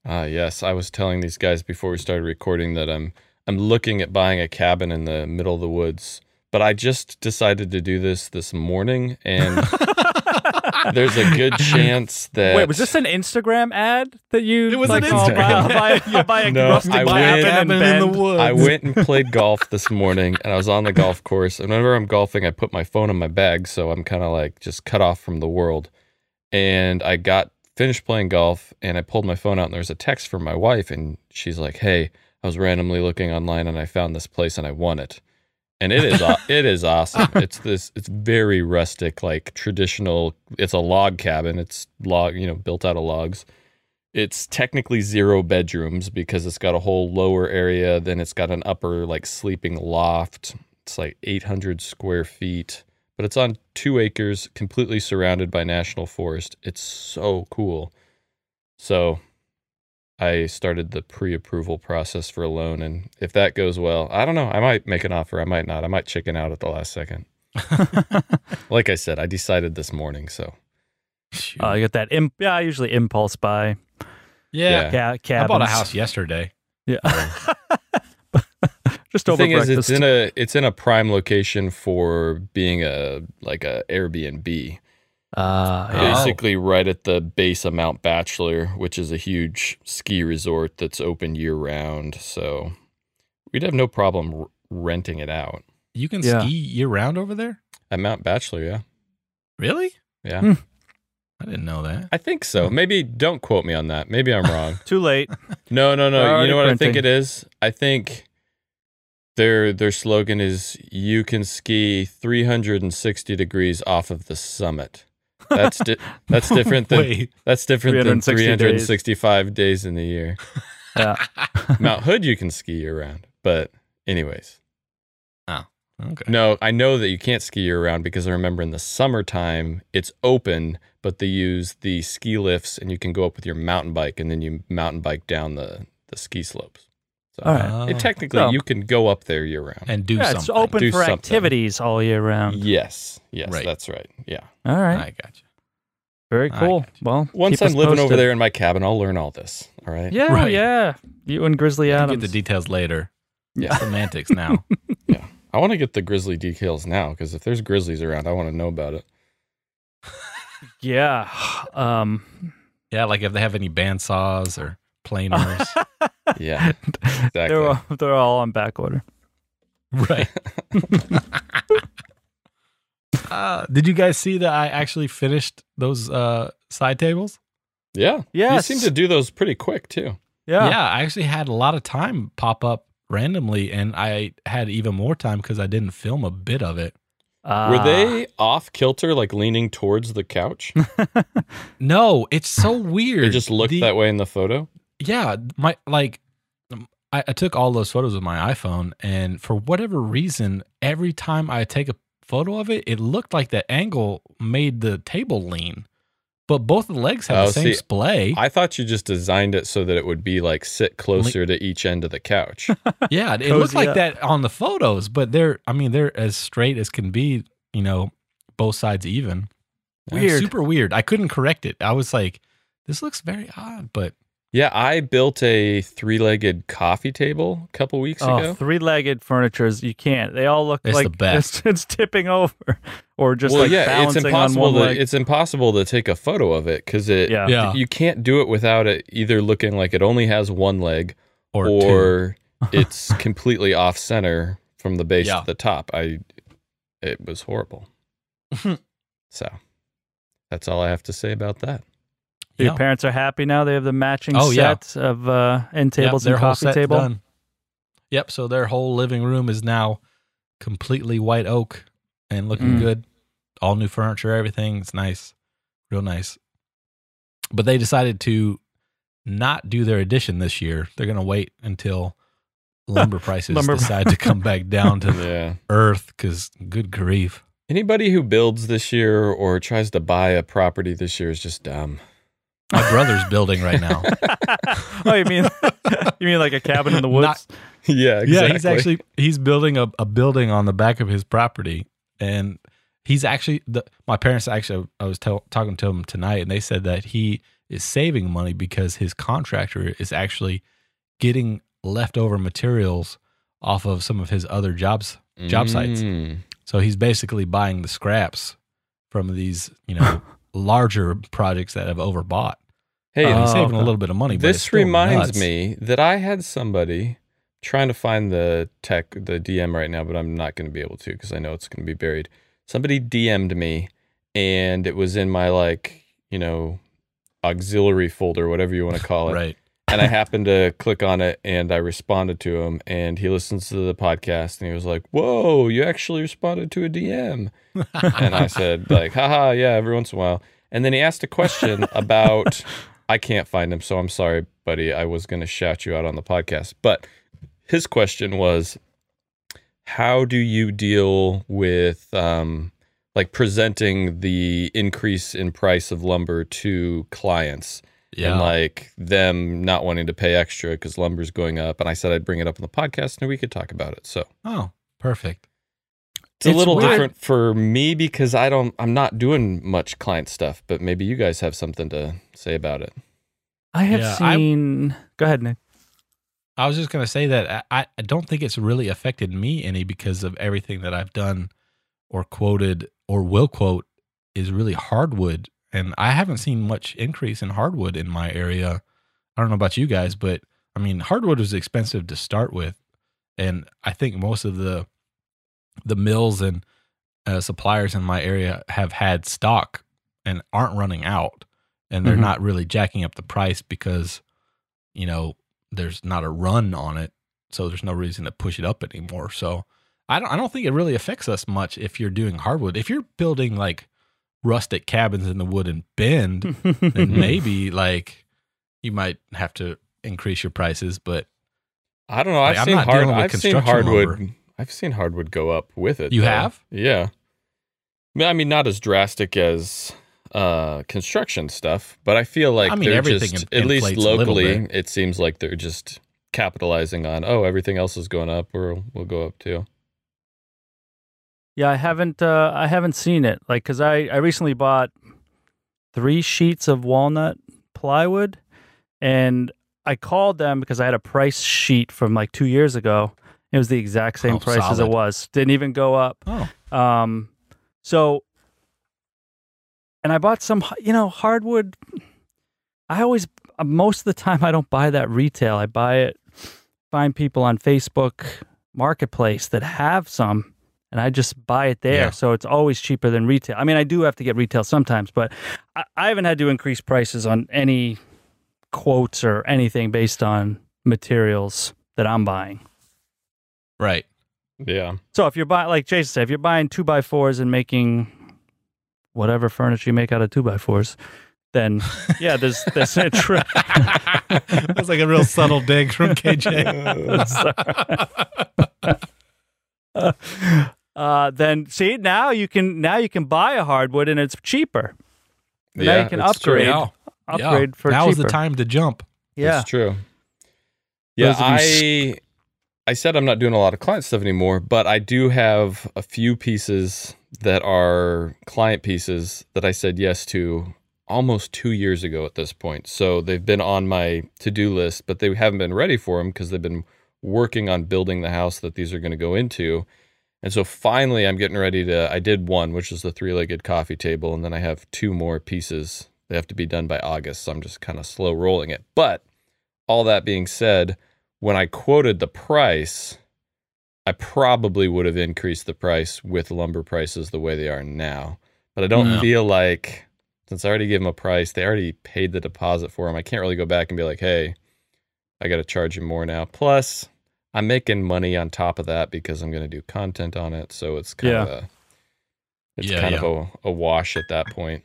S3: Ah, yes. I was telling these guys before we started recording that I'm I'm looking at buying a cabin in the middle of the woods, but I just decided to do this this morning, and there's a good chance that
S2: Wait, was this an Instagram ad that you?
S1: It was
S2: like,
S1: an
S2: oh,
S3: Instagram
S2: I'll
S1: ad.
S2: buy, I'll buy a
S3: No,
S2: rustic
S3: I
S2: cabin
S3: went-
S2: in
S1: in the
S2: Bend.
S1: woods.
S3: I went and played golf this morning and I was on the golf course. And whenever I'm golfing, I put my phone in my bag. So I'm kind of like just cut off from the world. And I got finished playing golf and I pulled my phone out and there was a text from my wife. And she's like, Hey, I was randomly looking online and I found this place and I won it. and it is aw- it is awesome. It's this it's very rustic, like traditional. It's a log cabin. It's log, you know, built out of logs. It's technically zero bedrooms because it's got a whole lower area, then it's got an upper like sleeping loft. It's like 800 square feet, but it's on 2 acres, completely surrounded by national forest. It's so cool. So, I started the pre-approval process for a loan, and if that goes well, I don't know. I might make an offer. I might not. I might chicken out at the last second. like I said, I decided this morning. So
S1: Shoot.
S2: Uh, you got that. Imp- yeah, I usually impulse buy.
S1: yeah.
S3: yeah.
S2: Ca-
S1: I
S2: cabins.
S1: bought a house yesterday.
S2: Yeah. Just
S3: the
S2: over
S3: thing
S2: breakfast.
S3: is, it's in a it's in a prime location for being a like a Airbnb,
S2: uh, yeah.
S3: basically right at the base of Mount Bachelor, which is a huge ski resort that's open year round. So we'd have no problem r- renting it out
S1: You can
S2: Yeah.
S1: ski year round over there?
S3: at Mount Bachelor. Yeah,
S1: Really?
S3: yeah.
S2: Hmm.
S1: I didn't know that.
S3: I think so. Maybe don't quote me on that. Maybe I'm wrong.
S2: Too late.
S3: No, no,
S2: They're
S3: no. You
S2: already
S3: know what I think
S2: printing.
S3: it is? I think their their slogan is you can ski 360 degrees off of the summit. That's di- that's different than
S1: Wait.
S3: that's different than
S2: 360 days.
S3: 365 days. in the year.
S2: Yeah.
S3: Mount Hood you can ski year round, but anyways.
S1: Okay.
S3: No, I know that you can't ski year round because I remember in the summertime it's open, but they use the ski lifts and you can go up with your mountain bike and then you mountain bike down the the ski slopes. So
S2: All right.
S3: it,
S1: Oh.
S3: technically,
S2: So-
S3: you can go up there year round.
S1: Uh, and do
S2: Yeah,
S1: something.
S2: it's open
S3: Do
S2: for
S3: something.
S2: activities all year round.
S3: yes, yes,
S1: Right.
S3: that's right. Yeah.
S2: All right.
S1: I got you.
S2: Very
S1: I
S2: cool.
S1: got
S2: Well,
S3: Once
S2: keep
S3: I'm
S2: us
S3: living over
S2: posted.
S3: there in my cabin, I'll learn all this. All right.
S2: Yeah,
S1: Right.
S2: yeah. You and Grizzly
S1: We'll
S2: Adams.
S1: Get the details later.
S3: Yeah.
S1: Semantics now.
S3: I want to get the grizzly details now because if there's grizzlies around, I want to know about it.
S2: yeah. Um,
S1: yeah, like if they have any bandsaws or planers.
S3: Yeah. Exactly.
S2: they're, all, they're all on back order.
S1: right. uh, did you guys see that I actually finished those uh, side tables?
S3: yeah.
S2: Yes.
S3: You seem to do those pretty quick too.
S2: Yeah.
S1: yeah, I actually had a lot of time pop up randomly, and I had even more time because I didn't film a bit of it.
S3: Were
S2: Ah.
S3: they off kilter, like leaning towards the couch?
S1: No, it's so weird.
S3: They just looked
S1: The-
S3: that way in the photo.
S1: yeah my like um, I, I took all those photos with my iphone and for whatever reason every time i take a photo of it it looked like the angle made the table lean but both the legs have
S3: Oh,
S1: the same
S3: see,
S2: E
S1: splay
S3: I thought you just designed it so that it would be like sit closer to each end of the couch.
S1: yeah it looked
S2: Cozy
S1: like
S2: up.
S1: that on the photos but they're i mean they're as straight as can be you know both sides even
S2: Weird.
S1: super weird i couldn't correct it i was like this looks very odd but
S3: Yeah, I built a three-legged coffee table a couple weeks
S2: Oh,
S3: ago.
S2: three-legged furnitures. You can't. They all look
S1: It's
S2: like
S1: the best.
S2: It's, it's tipping over, or just
S3: well,
S2: like
S3: yeah, it's
S2: balancing
S3: impossible
S2: on
S3: to
S2: one leg.
S3: it's impossible to take a photo of it because it
S2: Yeah.
S1: Yeah.
S3: you can't do it without it either looking like it only has one leg
S1: or,
S3: or,
S1: two.
S3: it's completely off center from the base
S1: Yeah.
S3: to the top. I it was horrible. so that's all I have to say about that.
S2: Your
S1: Yeah.
S2: parents are happy now. They have the matching
S1: Oh, yeah.
S2: set of uh, end tables
S1: their
S2: and
S1: whole
S2: coffee
S1: set's
S2: table.
S1: done. Yep. So their whole living room is now completely white oak and looking
S2: Mm.
S1: good. All new furniture, everything. It's nice, real nice. But they decided to not do their addition this year. They're going to wait until lumber prices
S2: Lumber-
S1: decide to come back down to
S3: Yeah.
S1: earth. Because good grief,
S3: Anybody who builds this year or tries to buy a property this year is just dumb.
S1: my brother's building right now.
S2: oh, you mean you mean like a cabin in the woods?
S1: Not-
S3: yeah,
S1: Yeah, he's actually he's building a, a building on the back of his property, and he's actually the, my parents actually I was tell, talking to him tonight, and they said that he is saving money because his contractor is actually getting leftover materials off of some of his other jobs, job sites.
S3: Mm.
S1: so he's basically buying the scraps from these you know larger projects that have overbought.
S3: Hey,
S1: and he's
S2: Oh,
S1: saving a
S2: okay.
S1: little bit of money. but it's
S3: This
S1: still
S3: reminds
S1: nuts.
S3: me that I had somebody trying to find the tech, the DM right now, but I'm not going to be able to because I know it's going to be buried. Somebody DM'd me, and it was in my like you know auxiliary folder, whatever you want to call it.
S1: right?
S3: and I happened to click on it and I responded to him and he listens to the podcast and he was like, Whoa, you actually responded to a DM. and I said, like, haha, yeah, every once in a while. And then he asked a question about I can't find him, so I'm sorry, buddy. I was gonna shout you out on the podcast. But his question was how do you deal with um like presenting the increase in price of lumber to clients and like them not wanting to pay extra because lumber's going up. And I said I'd bring it up on the podcast and we could talk about it. So
S1: oh, perfect.
S3: it's, a
S2: It's
S3: little
S2: weird.
S3: different for me because I don't, I'm not doing much client stuff, but maybe you guys have something to say about it.
S2: I have
S1: Yeah, I-
S2: seen. Go ahead, Nick.
S1: I was just gonna say that I, I don't think it's really affected me any because of everything that I've done or quoted or will quote is really hardwood. And I haven't seen much increase in hardwood in my area. I don't know about you guys, but I mean hardwood was expensive to start with. And I think most of the the mills and uh, suppliers in my area have had stock and aren't running out. And they're
S2: Mhm.
S1: not really jacking up the price because, you know, there's not a run on it, so there's no reason to push it up anymore. So I don't I don't think it really affects us much if you're doing hardwood. If you're building like rustic cabins in the wood and bend, then maybe like you might have to increase your prices, but
S3: I don't know.
S1: Like,
S3: I've
S1: I'm
S3: seen
S1: not
S3: hard,
S1: dealing with
S3: I've seen
S1: construction
S3: hardwood.
S1: lumber.
S3: I've seen hardwood go up with it.
S1: You have?
S3: Yeah. No, I mean, not as drastic as uh construction stuff, but I feel like
S1: I mean,
S3: they're
S1: everything
S3: just
S1: in-
S3: at least
S1: inflates a little
S3: locally, it seems like they're just capitalizing on. Oh, everything else is going up, or we'll go up too.
S2: Yeah, I haven't. Uh, I haven't seen it. Like, cause I I recently bought three sheets of walnut plywood, and I called them because I had a price sheet from like two years ago. It was the exact same
S1: Oh,
S2: price as it
S1: solid.
S2: was. Didn't even go up.
S1: oh
S2: Um, so, and I bought some, h- you know, hardwood. I always, uh, most of the time, I don't buy that retail. I buy it, find people on Facebook Marketplace that have some, and I just buy it there.
S1: Yeah.
S2: So it's always cheaper than retail. I mean, I do have to get retail sometimes, but I, I haven't had to increase prices on any quotes or anything based on materials that I'm buying.
S1: right.
S3: Yeah.
S2: So if you're buying, like Jason said, if you're buying two by fours and making whatever furniture you make out of two by fours, then yeah, there's there's a trip.
S1: That's like a real subtle dig from KJ.
S2: Uh, then see now you can now you can buy a hardwood and it's cheaper. Now
S3: yeah,
S2: you can
S3: it's true.
S2: upgrade,
S1: Yeah.
S2: upgrade for
S1: now
S2: cheaper.
S1: is the time to jump.
S2: Yeah,
S3: It's true. Yeah,
S2: Those of you
S3: I I said I'm not doing a lot of client stuff anymore, but I do have a few pieces that are client pieces that I said yes to almost 2 years ago at this point. So they've been on my to-do list, but they haven't been ready for them cuz they've been working on building the house that these are going to go into. And so finally I'm getting ready to I did one, which is the three-legged coffee table, and then I have two more pieces. They have to be done by August, so I'm just kind of slow rolling it. But all that being said, when I quoted the price, I probably would have increased the price with lumber prices the way they are now. But I don't
S1: Yeah.
S3: feel like since I already gave them a price, they already paid the deposit for them. I can't really go back and be like, "Hey, I got to charge you more now." Plus, I'm making money on top of that because I'm going to do content on it, so it's kind
S2: Yeah.
S3: of a, it's
S1: Yeah,
S3: kind of a, a wash at that point.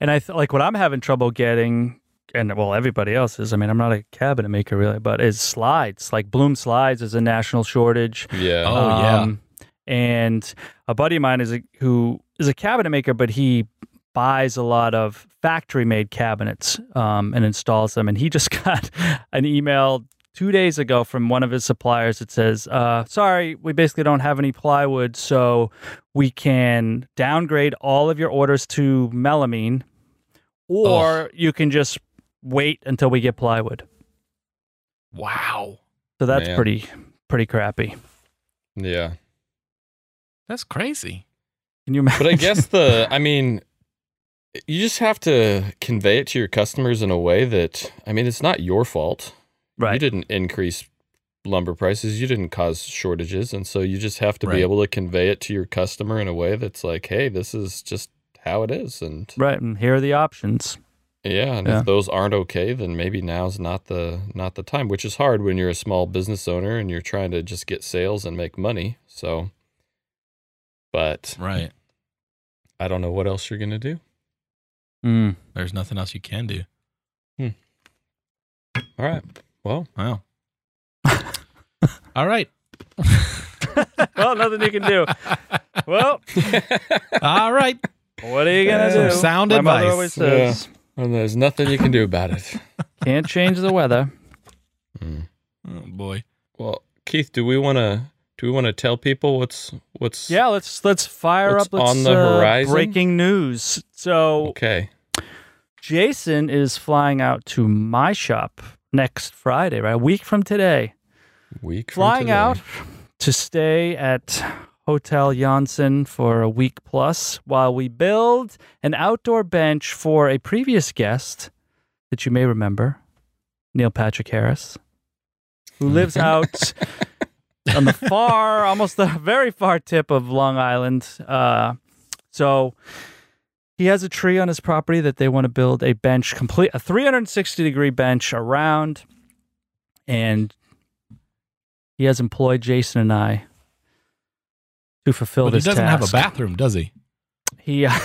S2: and I th- like what I'm having trouble getting, and well, everybody else is. I mean, I'm not a cabinet maker really, but is slides like Bloom slides is a national shortage.
S3: Yeah.
S1: Oh, yeah.
S2: yeah. Um, And a buddy of mine is a, who is a cabinet maker, but he buys a lot of factory made cabinets um, and installs them. And he just got an email two days ago from one of his suppliers that says, uh, sorry, we basically don't have any plywood, so we can downgrade all of your orders to melamine, or you can just wait until we get plywood.
S1: Wow.
S2: So that's
S3: Man.
S2: pretty pretty crappy.
S3: Yeah.
S1: That's crazy.
S2: Can you imagine?
S3: But I guess the, I mean, you just have to convey it to your customers in a way that, I mean, it's not your fault. You
S2: right.
S3: didn't increase lumber prices, you didn't cause shortages. And so you just have to
S1: Right.
S3: be able to convey it to your customer in a way that's like, hey, this is just how it is. And
S2: Right, and here are the options.
S3: Yeah, and
S2: Yeah.
S3: if those aren't okay, then maybe now's not the not the time, which is hard when you're a small business owner and you're trying to just get sales and make money. So but
S1: Right.
S3: I don't know what else you're going to do.
S2: Mm.
S1: There's nothing else you can do.
S3: All right. Well,
S1: Wow. All right.
S2: well, nothing you can do. Well,
S1: All right.
S2: what are you gonna
S1: Some
S2: do?
S1: sound
S2: My mother
S1: advice.
S2: always says,
S3: and Uh, there's nothing you can do about it.
S2: "Can't change the weather."
S3: Mm.
S1: Oh boy.
S3: Well, Keith, do we want to do we want to tell people what's what's
S2: Yeah, let's let's fire
S3: What's
S2: up. Let's,
S3: on the
S2: uh,
S3: horizon?
S2: breaking news. So
S3: okay?
S2: Jason is flying out to my shop next Friday, right? A week from today.
S3: Week from
S2: Flying
S3: today.
S2: out to stay at Hotel Janssen for a week plus while we build an outdoor bench for a previous guest that you may remember, Neil Patrick Harris, who lives
S3: Mm-hmm.
S2: out on the far, almost the very far tip of Long Island. Uh, so he has a tree on his property that they want to build a bench, complete a 360 degree bench around, and he has employed Jason and I to fulfill
S1: But he
S2: this
S1: doesn't have a
S2: task.
S1: bathroom, does he?
S2: He, uh,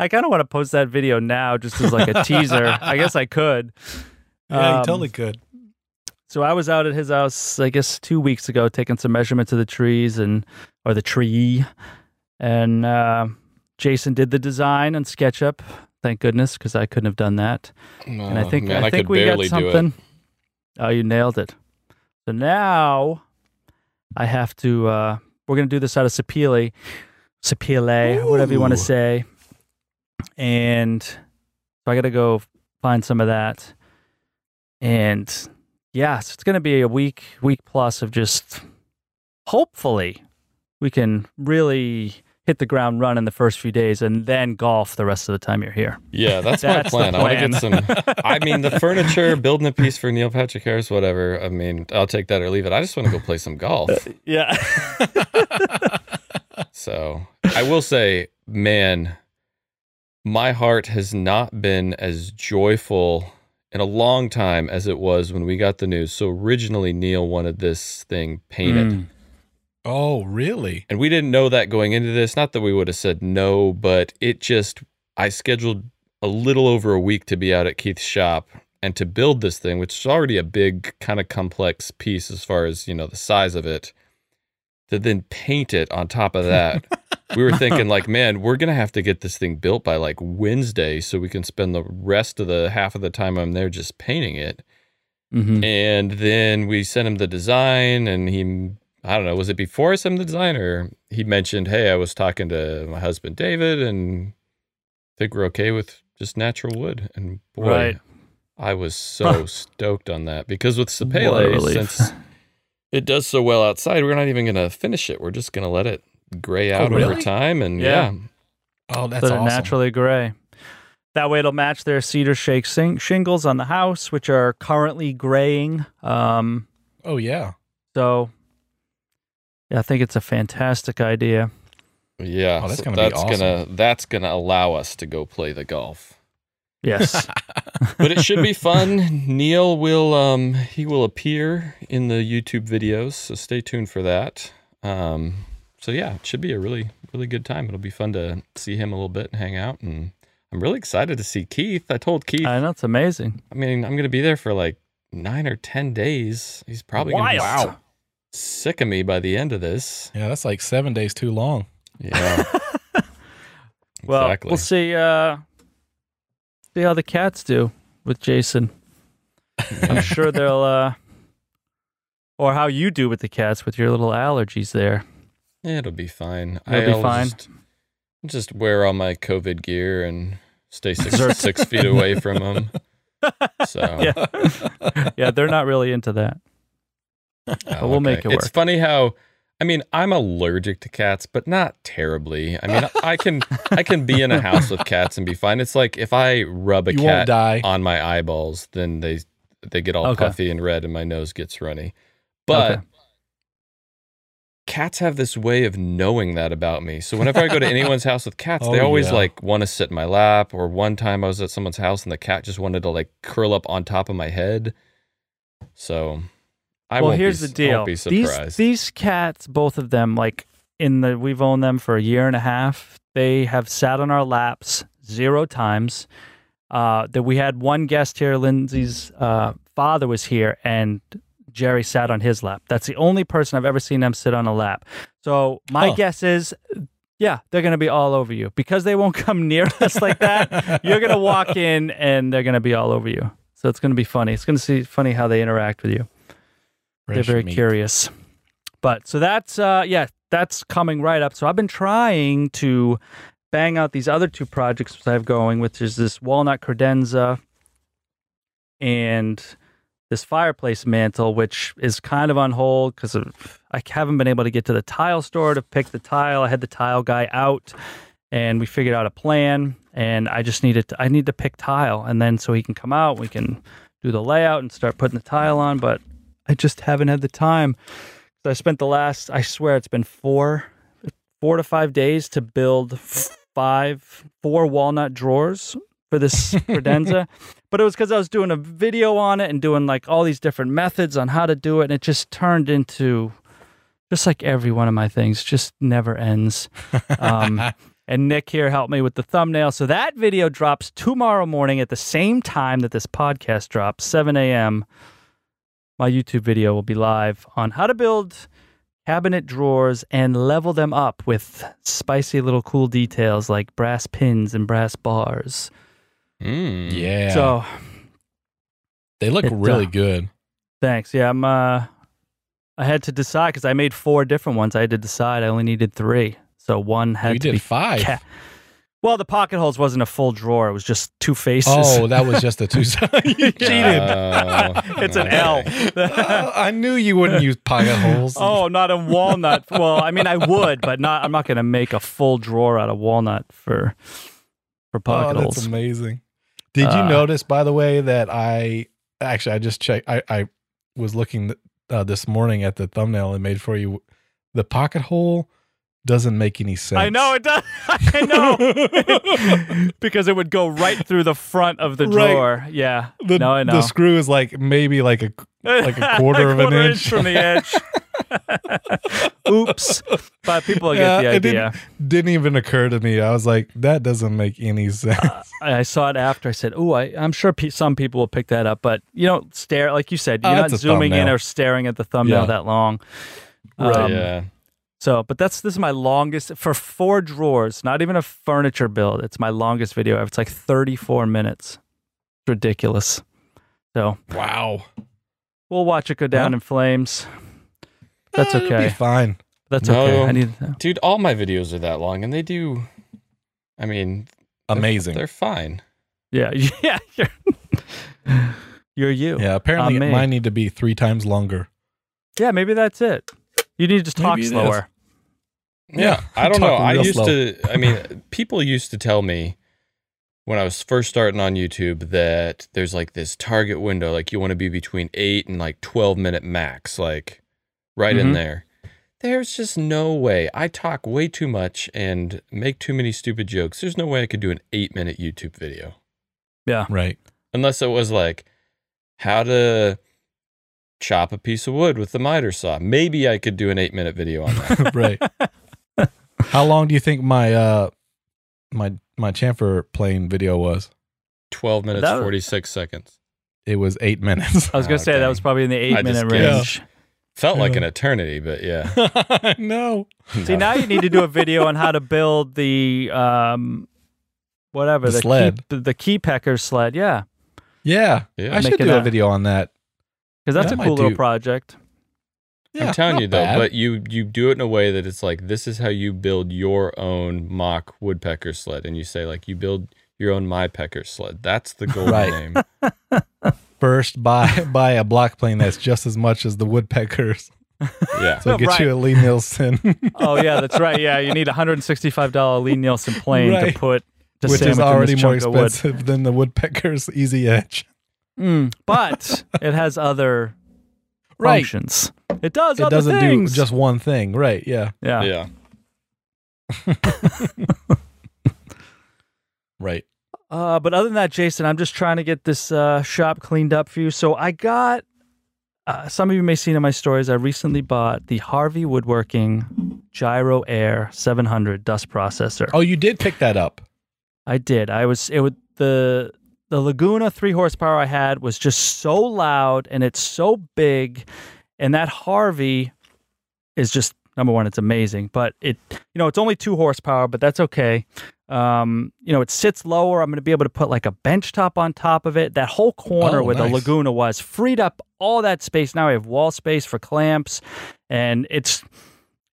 S2: I kind of want to post that video now, just as like a teaser. I guess I could. Um,
S1: could.
S2: So I was out at his house, I guess, two weeks ago, taking some measurements of the trees and or the tree, and uh, Jason did the design on SketchUp. Thank goodness, because I couldn't have done that. And I
S3: Oh,
S2: think
S3: man,
S2: I, think
S3: could
S2: we got
S3: barely do it.
S2: something. Oh, you nailed it. So now I have to. Uh, we're gonna do this out of Sapele, Sapele, whatever you want
S1: Ooh.
S2: to say. And so I got to go find some of that. And yeah, so it's gonna be a week, week plus of just. Hopefully, we can really hit the ground run in the first few days, and then golf the rest of the time you're here.
S3: Yeah, that's,
S2: That's the
S3: my plan. I want to
S2: plan.
S3: get some. I mean, the furniture, building a piece for Neil Patrick Harris, whatever. I mean, I'll take that or leave it. I just want to go play some golf.
S2: Yeah.
S3: So I will say, man, my heart has not been as joyful in a long time as it was when we got the news. So originally, Neil wanted this thing painted.
S2: Mm.
S1: Oh, really?
S3: And we didn't know that going into this. Not that we would have said no, but it just, I scheduled a little over a week to be out at Keith's shop and to build this thing, which is already a big, kind of complex piece as far as, you know, the size of it, to then paint it on top of that. we were thinking, like, man, we're going to have to get this thing built by like Wednesday so we can spend the rest of the half of the time I'm there just painting it.
S2: Mhm.
S3: And then we sent him the design, and he, I don't know, was it before I sent him the design, or he mentioned, hey, I was talking to my husband David, and think we're okay with just natural wood. And boy,
S2: Right.
S3: I was so stoked on that because with
S2: What a
S3: Sapele,
S2: relief.
S3: since it does so well outside, we're not even going to finish it. We're just going to let it gray out over
S1: Oh, really?
S3: time. And
S2: Yeah.
S3: yeah.
S1: Oh, that's
S2: that are
S1: awesome.
S2: naturally gray. That way, it'll match their cedar shake sing- shingles on the house, which are currently graying. Um,
S1: Oh yeah.
S2: so, yeah, I think it's a fantastic idea.
S3: Yeah,
S1: Oh, that's
S3: so
S1: gonna be
S3: that's
S1: awesome.
S3: gonna that's gonna allow us to go play the golf.
S2: Yes.
S3: but it should be fun. Neil will um he will appear in the YouTube videos, so stay tuned for that. Um so yeah, it should be a really really good time. It'll be fun to see him a little bit and hang out and I'm really excited to see Keith. I told Keith,
S2: I
S3: I,
S2: know it's amazing.
S3: mean, I'm going to be there for like 9 or 10 days. He's probably going to be
S2: Wild.
S3: s- sick of me by the end of this.
S1: Yeah, that's like seven days too long.
S3: Yeah.
S2: Well,
S3: exactly.
S2: we'll see. Uh, see how the cats do with Jason. I'm sure they'll, uh, or how you do with the cats with your little allergies there.
S3: It'll be fine.
S2: It'll be
S3: I'll
S2: fine.
S3: Just, just wear all my COVID gear and stay six,
S2: Zerk.
S3: six feet away from them. So
S2: Yeah. Yeah, they're not really into that.
S3: oh,
S2: we'll make it
S3: It's
S2: work.
S3: funny how. I mean, I'm allergic to cats, but not terribly. I mean, I can I can be in a house with cats and be fine. It's like if I rub a
S1: you won't
S3: cat
S1: die.
S3: on my eyeballs, then they they get all
S2: Okay.
S3: puffy and red, and my nose gets runny. But
S2: Okay.
S3: cats have this way of knowing that about me. So whenever I go to anyone's house with cats, they
S1: Oh,
S3: always
S1: yeah.
S3: like want to sit in my lap. Or one time I was at someone's house and the cat just wanted to like curl up on top of my head. So I
S2: well,
S3: won't
S2: here's
S3: be,
S2: the deal.
S3: I'll be
S2: These
S3: surprised.
S2: these cats, both of them, like in the we've owned them for a year and a half. They have sat on our laps zero times. Uh, that we had one guest here. Lindsay's uh, father was here, and Jerry sat on his lap. That's the only person I've ever seen them sit on a lap. So my
S1: Huh.
S2: guess is. Yeah, they're going to be all over you because they won't come near us like that. You're going to walk in and they're going to be all over you. So it's going to be funny. It's going to see funny how they interact with you
S1: Fresh
S2: they're very
S1: meat.
S2: curious. But so that's uh yeah, that's coming right up. So I've been trying to bang out these other two projects that I have going, which is this walnut credenza and this fireplace mantle, which is kind of on hold because I haven't been able to get to the tile store to pick the tile. I had the tile guy out, and we figured out a plan. And I just needed to, I need to pick tile, and then so he can come out, we can do the layout and start putting the tile on. But I just haven't had the time. So I spent the last, I swear, it's been four, four to five days to build f- five, four walnut drawers for this credenza. but it was because I was doing a video on it and doing like all these different methods on how to do it, and it just turned into just like every one of my things just never ends. Um, and Nick here helped me with the thumbnail. So that video drops tomorrow morning at the same time that this podcast drops, 7 a.m. My YouTube video will be live on how to build cabinet drawers and level them up with spicy little cool details like brass pins and brass bars.
S3: Mm.
S1: Yeah.
S2: So
S1: they look
S2: it, uh,
S1: really good.
S2: Thanks. Yeah, I'm. Uh, I had to decide because I made four different ones. I had to decide. I only needed three, so one had
S1: You
S2: to
S1: did
S2: be.
S1: five.
S2: ca- well, the pocket holes wasn't a full drawer. It was just two faces.
S1: Oh, that was just a two. you cheated.
S3: Oh,
S2: it's an
S3: okay.
S2: L.
S1: Oh, I knew you wouldn't use pocket holes.
S2: oh, not a walnut. Well, I mean, I would, but not. I'm not going to make a full drawer out of walnut for for
S1: Oh,
S2: pocket
S1: that's
S2: holes.
S1: amazing. Did you
S2: Uh,
S1: notice, by the way, that I actually I just checked. I I was looking th- uh, this morning at the thumbnail and made for you. The pocket hole doesn't make any sense.
S2: I know it does. I know because it would go right through the front of the
S1: Right.
S2: drawer. Yeah.
S1: The,
S2: no, I know.
S1: the screw is like maybe like a like a quarter of an inch.
S2: from the edge. Oops, but people
S1: Yeah,
S2: get the
S1: it
S2: idea.
S1: Didn't, didn't even occur to me. I was like, that doesn't make any
S2: Uh,
S1: sense.
S2: I, I saw it after. I said, "Ooh, I, I'm sure pe- some people will pick that up." But you don't stare, like you said,
S1: Oh,
S2: you're not
S1: that's a
S2: zooming in
S1: thumbnail.
S2: or staring at the thumbnail
S1: Yeah.
S2: that long.
S1: Right.
S2: Um,
S3: yeah.
S2: So, but that's this is my longest for four drawers. Not even a furniture build. It's my longest video ever. It's like 34 minutes. It's ridiculous. So
S1: wow,
S2: we'll watch it go down
S1: Well.
S2: in flames. That's
S1: Eh, it'll
S2: okay.
S1: Be fine.
S2: That's
S3: No.
S2: okay. I need.
S3: Dude, all my videos are that long and they do. I mean, they're-
S1: Amazing.
S3: They're fine.
S2: Yeah, yeah, you're, you're you. Yeah.
S1: yeah. Apparently,
S2: me.
S1: mine need to be three times longer.
S2: maybe that's it. You need to just talk
S1: Maybe it
S2: slower.
S1: Yeah,
S3: I don't know.
S1: talking
S3: I
S1: real
S3: used
S1: slow.
S3: to, I mean, people used to tell me when I was first starting on YouTube that there's like this target window, like you want to be between eight and like 12 minute max, like right in
S1: Mm-hmm.
S2: Mhm.
S3: there. There's just no way. I talk way too much and make too many stupid jokes. There's no way I could do an eight minute YouTube video.
S1: Right.
S3: unless it was like how to chop a piece of wood with the miter saw. Maybe I could do an eight minute video on that.
S1: right. How long do you think my uh my my chamfer plane video was?
S3: Twelve minutes
S2: That-
S3: forty six seconds.
S1: It was eight minutes.
S2: I was gonna
S3: Oh,
S2: say that
S3: dang.
S2: was probably in the eight
S3: I just
S2: minute
S3: guessed.
S2: range.
S3: Felt like
S1: Yeah.
S3: an eternity, but yeah.
S1: no.
S2: See, now you need to do a video on how to build the um, whatever
S1: The
S2: the,
S1: sled.
S2: key, the key pecker sled. Yeah,
S1: Yeah.
S3: Yeah.
S1: I should
S2: Make it
S1: do a
S2: a-
S1: video on that.
S2: because that's
S1: That
S2: a
S1: might
S2: cool little
S1: do-
S2: project.
S1: Yeah,
S3: I'm telling
S1: not
S3: you though,
S1: bad.
S3: but you you do it in a way that it's like this is how you build your own mock woodpecker sled, and you say like you build your own my pecker sled. That's the golden
S1: Right.
S3: name.
S1: first buy buy a block plane that's just as much as the woodpeckers.
S3: Yeah.
S1: So get
S2: Right.
S1: you a Lee Nielsen,
S2: Oh yeah, that's right. Yeah, you need a hundred and sixty five dollar Lee Nielsen plane
S1: Right.
S2: to put to
S1: which
S2: sandwich
S1: is already
S2: in this
S1: more
S2: chunk of wood.
S1: expensive than the woodpeckers easy edge.
S2: Mm, but it has other
S1: Right.
S2: functions. It does
S1: it
S2: other
S1: doesn't
S2: things.
S1: do just one thing, right? Yeah,
S2: yeah.
S3: yeah.
S1: right.
S2: Uh, but other than that, Jason, I'm just trying to get this uh, shop cleaned up for you. So I got. Uh, some of you may have seen in my stories. I recently bought the Harvey Woodworking Gyro Air 700 dust processor.
S1: Oh, you did pick that up.
S2: I did. I was it would the the Laguna three horsepower I had was just so loud and it's so big, and that Harvey is just number one. It's amazing, but it you know it's only two horsepower, but that's okay. Um, you know it sits lower. I'm going to be able to put like a bench top on top of it. That whole corner
S1: Oh,
S2: where the
S1: nice.
S2: Laguna was freed up all that space. Now I have wall space for clamps, and it's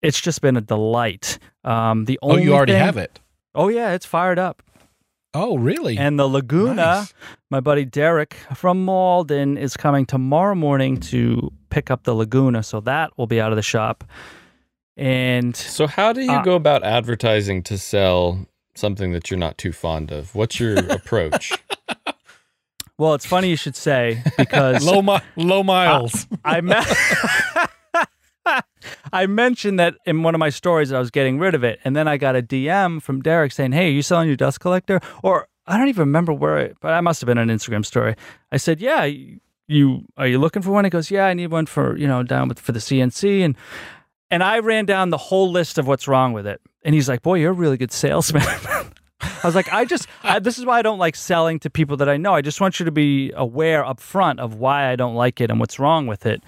S2: it's just been a delight. Um, the
S1: Oh,
S2: only
S1: you already
S2: thing-
S1: have it.
S2: Oh yeah, it's fired up.
S1: Oh, really?
S2: And the Laguna,
S1: Nice.
S2: my buddy Derek from Malden is coming tomorrow morning to pick up the Laguna, so that will be out of the shop. And
S3: So how do you
S2: Uh,
S3: go about advertising to sell something that you're not too fond of? What's your approach?
S2: well, it's funny you should say because
S1: low mi- low miles.
S2: I me- I mentioned that in one of my stories that I was getting rid of it, and then I got a DM from Derek saying, "Hey, are you selling your dust collector?" Or I don't even remember where, it, but I must have been an Instagram story. I said, "Yeah, you are you looking for one?" He goes, "Yeah, I need one for you know down with for the CNC and." And I ran down the whole list of what's wrong with it. And he's like, "Boy, you're a really good salesman." I was like, "I just I, this is why I don't like selling to people that I know. I just want you to be aware up front of why I don't like it and what's wrong with it."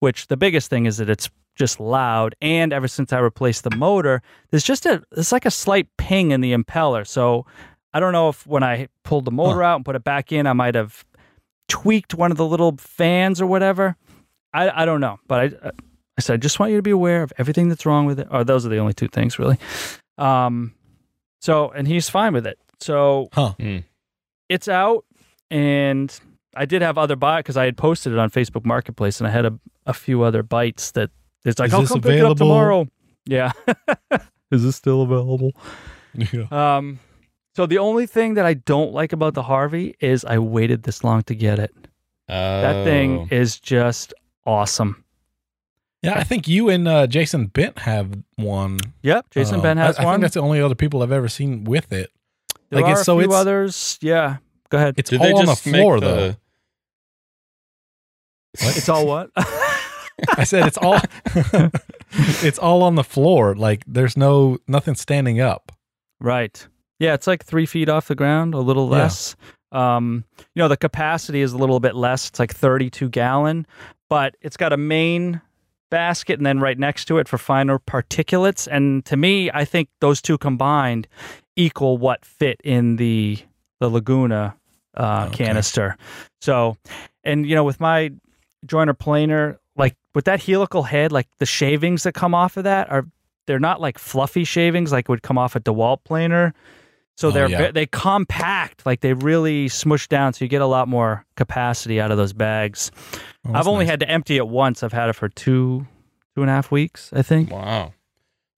S2: Which the biggest thing is that it's just loud and ever since I replaced the motor, there's just a it's like a slight ping in the impeller. So I don't know if when I pulled the motor out and put it back in, I might have tweaked one of the little fans or whatever. I, I don't know, but I I said I just want you to be aware of everything that's wrong with it. Or those are the only two things really. Um, so and he's fine with it. So
S1: Huh.
S3: Mm.
S2: it's out, and I did have other buy because I had posted it on Facebook Marketplace, and I had a, a few other bites that it's like
S1: Is
S2: I'll
S1: this
S2: come pick it up
S1: available?
S2: tomorrow. Yeah. Is this still available?
S1: Yeah.
S2: Um, so the only thing that I don't like about the Harvey is I waited this long to get it. That thing
S3: Oh.
S2: is just awesome.
S1: Yeah, I think you and uh, Jason Bent have one.
S2: Yep, Jason
S1: Um,
S2: Ben has
S1: I, I
S2: one.
S1: think that's the only other people I've ever seen with it.
S2: there
S1: like,
S2: are
S1: it's-
S2: a
S1: so
S2: few
S1: it's-
S2: others. Yeah, go ahead.
S1: It's
S3: Did they
S1: all on the
S3: just make
S1: floor,
S3: the-
S1: though.
S2: It's all what?
S1: I said it's all it's all on the floor. Like there's no nothing standing up.
S2: Right. Yeah, it's like three feet off the ground, a little
S1: Yeah.
S2: less. Um, you know, the capacity is a little bit less. It's like 32 gallon, but it's got a main basket and then right next to it for finer particulates. And to me, I think those two combined equal what fit in the the Laguna uh,
S1: Okay.
S2: canister. So, and you know, with my joiner planer, like with that helical head, like the shavings that come off of that are they're not like fluffy shavings like would come off a DeWalt planer. So
S1: Oh,
S2: they're
S1: yeah.
S2: ve- they compact, like they really smush down, so you get a lot more capacity out of those bags.
S1: Oh,
S2: I've
S1: that's
S2: only
S1: nice.
S2: had to empty it once. I've had it for two two and a half weeks, I think.
S3: Wow.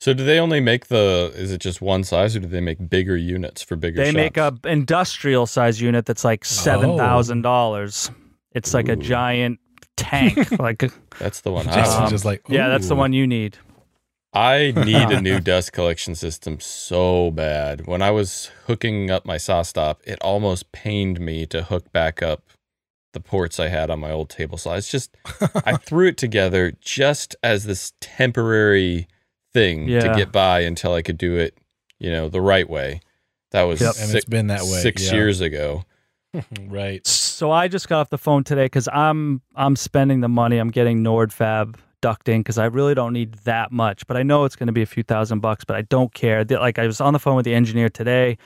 S3: So do they only make the? Is it just one size, or do they make bigger units for bigger?
S2: They make
S1: uh,
S3: shops?
S2: a industrial size unit that's
S1: Oh.
S2: like seven thousand dollars. It's like a
S3: Ooh.
S2: giant tank. like
S3: That's the one. I
S1: Jason's
S2: Um,
S3: want.
S1: just like
S2: yeah, that's the
S1: "Ooh."
S2: one you need.
S3: I need a new dust collection system so bad. When I was hooking up my saw stop, it almost pained me to hook back up the ports I had on my old table saw. It's just I threw it together just as this temporary thing to
S2: Yeah.
S3: get by until I could do it, you know, the right way. That was
S2: Yep.
S1: And
S3: six,
S1: it's been that way
S3: six
S1: yeah.
S3: years ago.
S1: right.
S2: So I just got off the phone today because I'm I'm spending the money. I'm getting NordFab ducting because I really don't need that much, but I know it's going to be a few thousand bucks. But I don't care. They- Like I was on the phone with the engineer today.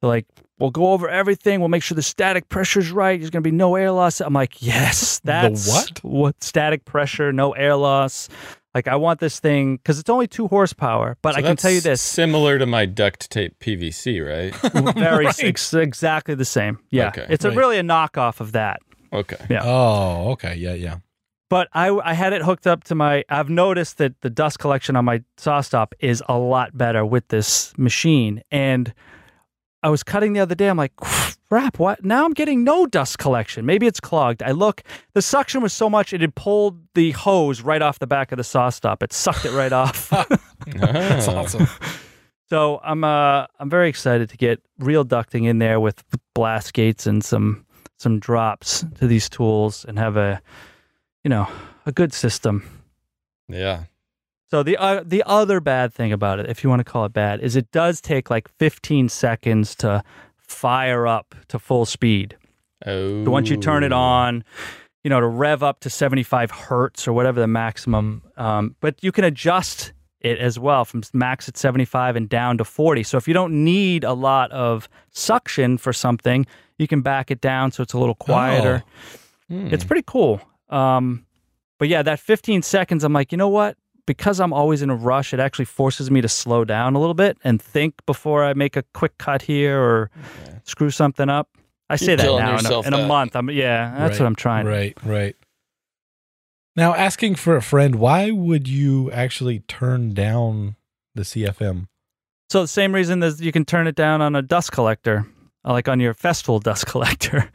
S2: They're like, "We'll go over everything. We'll make sure the static pressure's right. There's going to be no air loss." I'm like, "Yes, that's
S1: what?
S2: What static pressure? No air loss." Like I want this thing because it's only two horsepower, but
S3: So
S2: I can tell you this:
S3: that's similar to my duct tape PVC, right?
S2: very ex- exactly the same. Yeah,
S3: Okay.
S2: it's a,
S1: Right.
S2: really a knockoff of that.
S3: Okay.
S1: Oh, okay. Yeah, yeah.
S2: But I, I had it hooked up to my. I've noticed that the dust collection on my saw stop is a lot better with this machine. And I was cutting the other day. I'm like, crap, what? Now I'm getting no dust collection. Maybe it's clogged. I look, the suction was so much, it had pulled the hose right off the back of the saw stop. It sucked it right off.
S1: That's
S3: Ah.
S1: awesome.
S2: So I'm uh I'm very excited to get real ducting in there with blast gates and some some drops to these tools and have a you know a good system.
S3: Yeah.
S2: So the uh, the other bad thing about it, if you want to call it bad, is it does take like 15 seconds to fire up to full speed.
S3: Oh.
S2: So once you turn it on, you know to rev up to 75 hertz or whatever the maximum. Um, but you can adjust it as well from max at 75 and down to 40. So if you don't need a lot of suction for something, you can back it down so it's a little quieter.
S3: Hmm.
S2: It's pretty cool. Um, but yeah, that 15 seconds, I'm like, you know what? Because I'm always in a rush, it actually forces me to slow down a little bit and think before I make a quick cut here or
S3: Okay.
S2: screw something up. I say that
S3: telling
S2: now in
S3: yourself
S2: a, in a
S3: that.
S2: month. I'm yeah, that's
S1: Right,
S2: what I'm trying.
S1: Right, right. Now, asking for a friend, why would you actually turn down the CFM?
S2: So the same reason that you can turn it down on a dust collector, uh, like on your festival dust collector.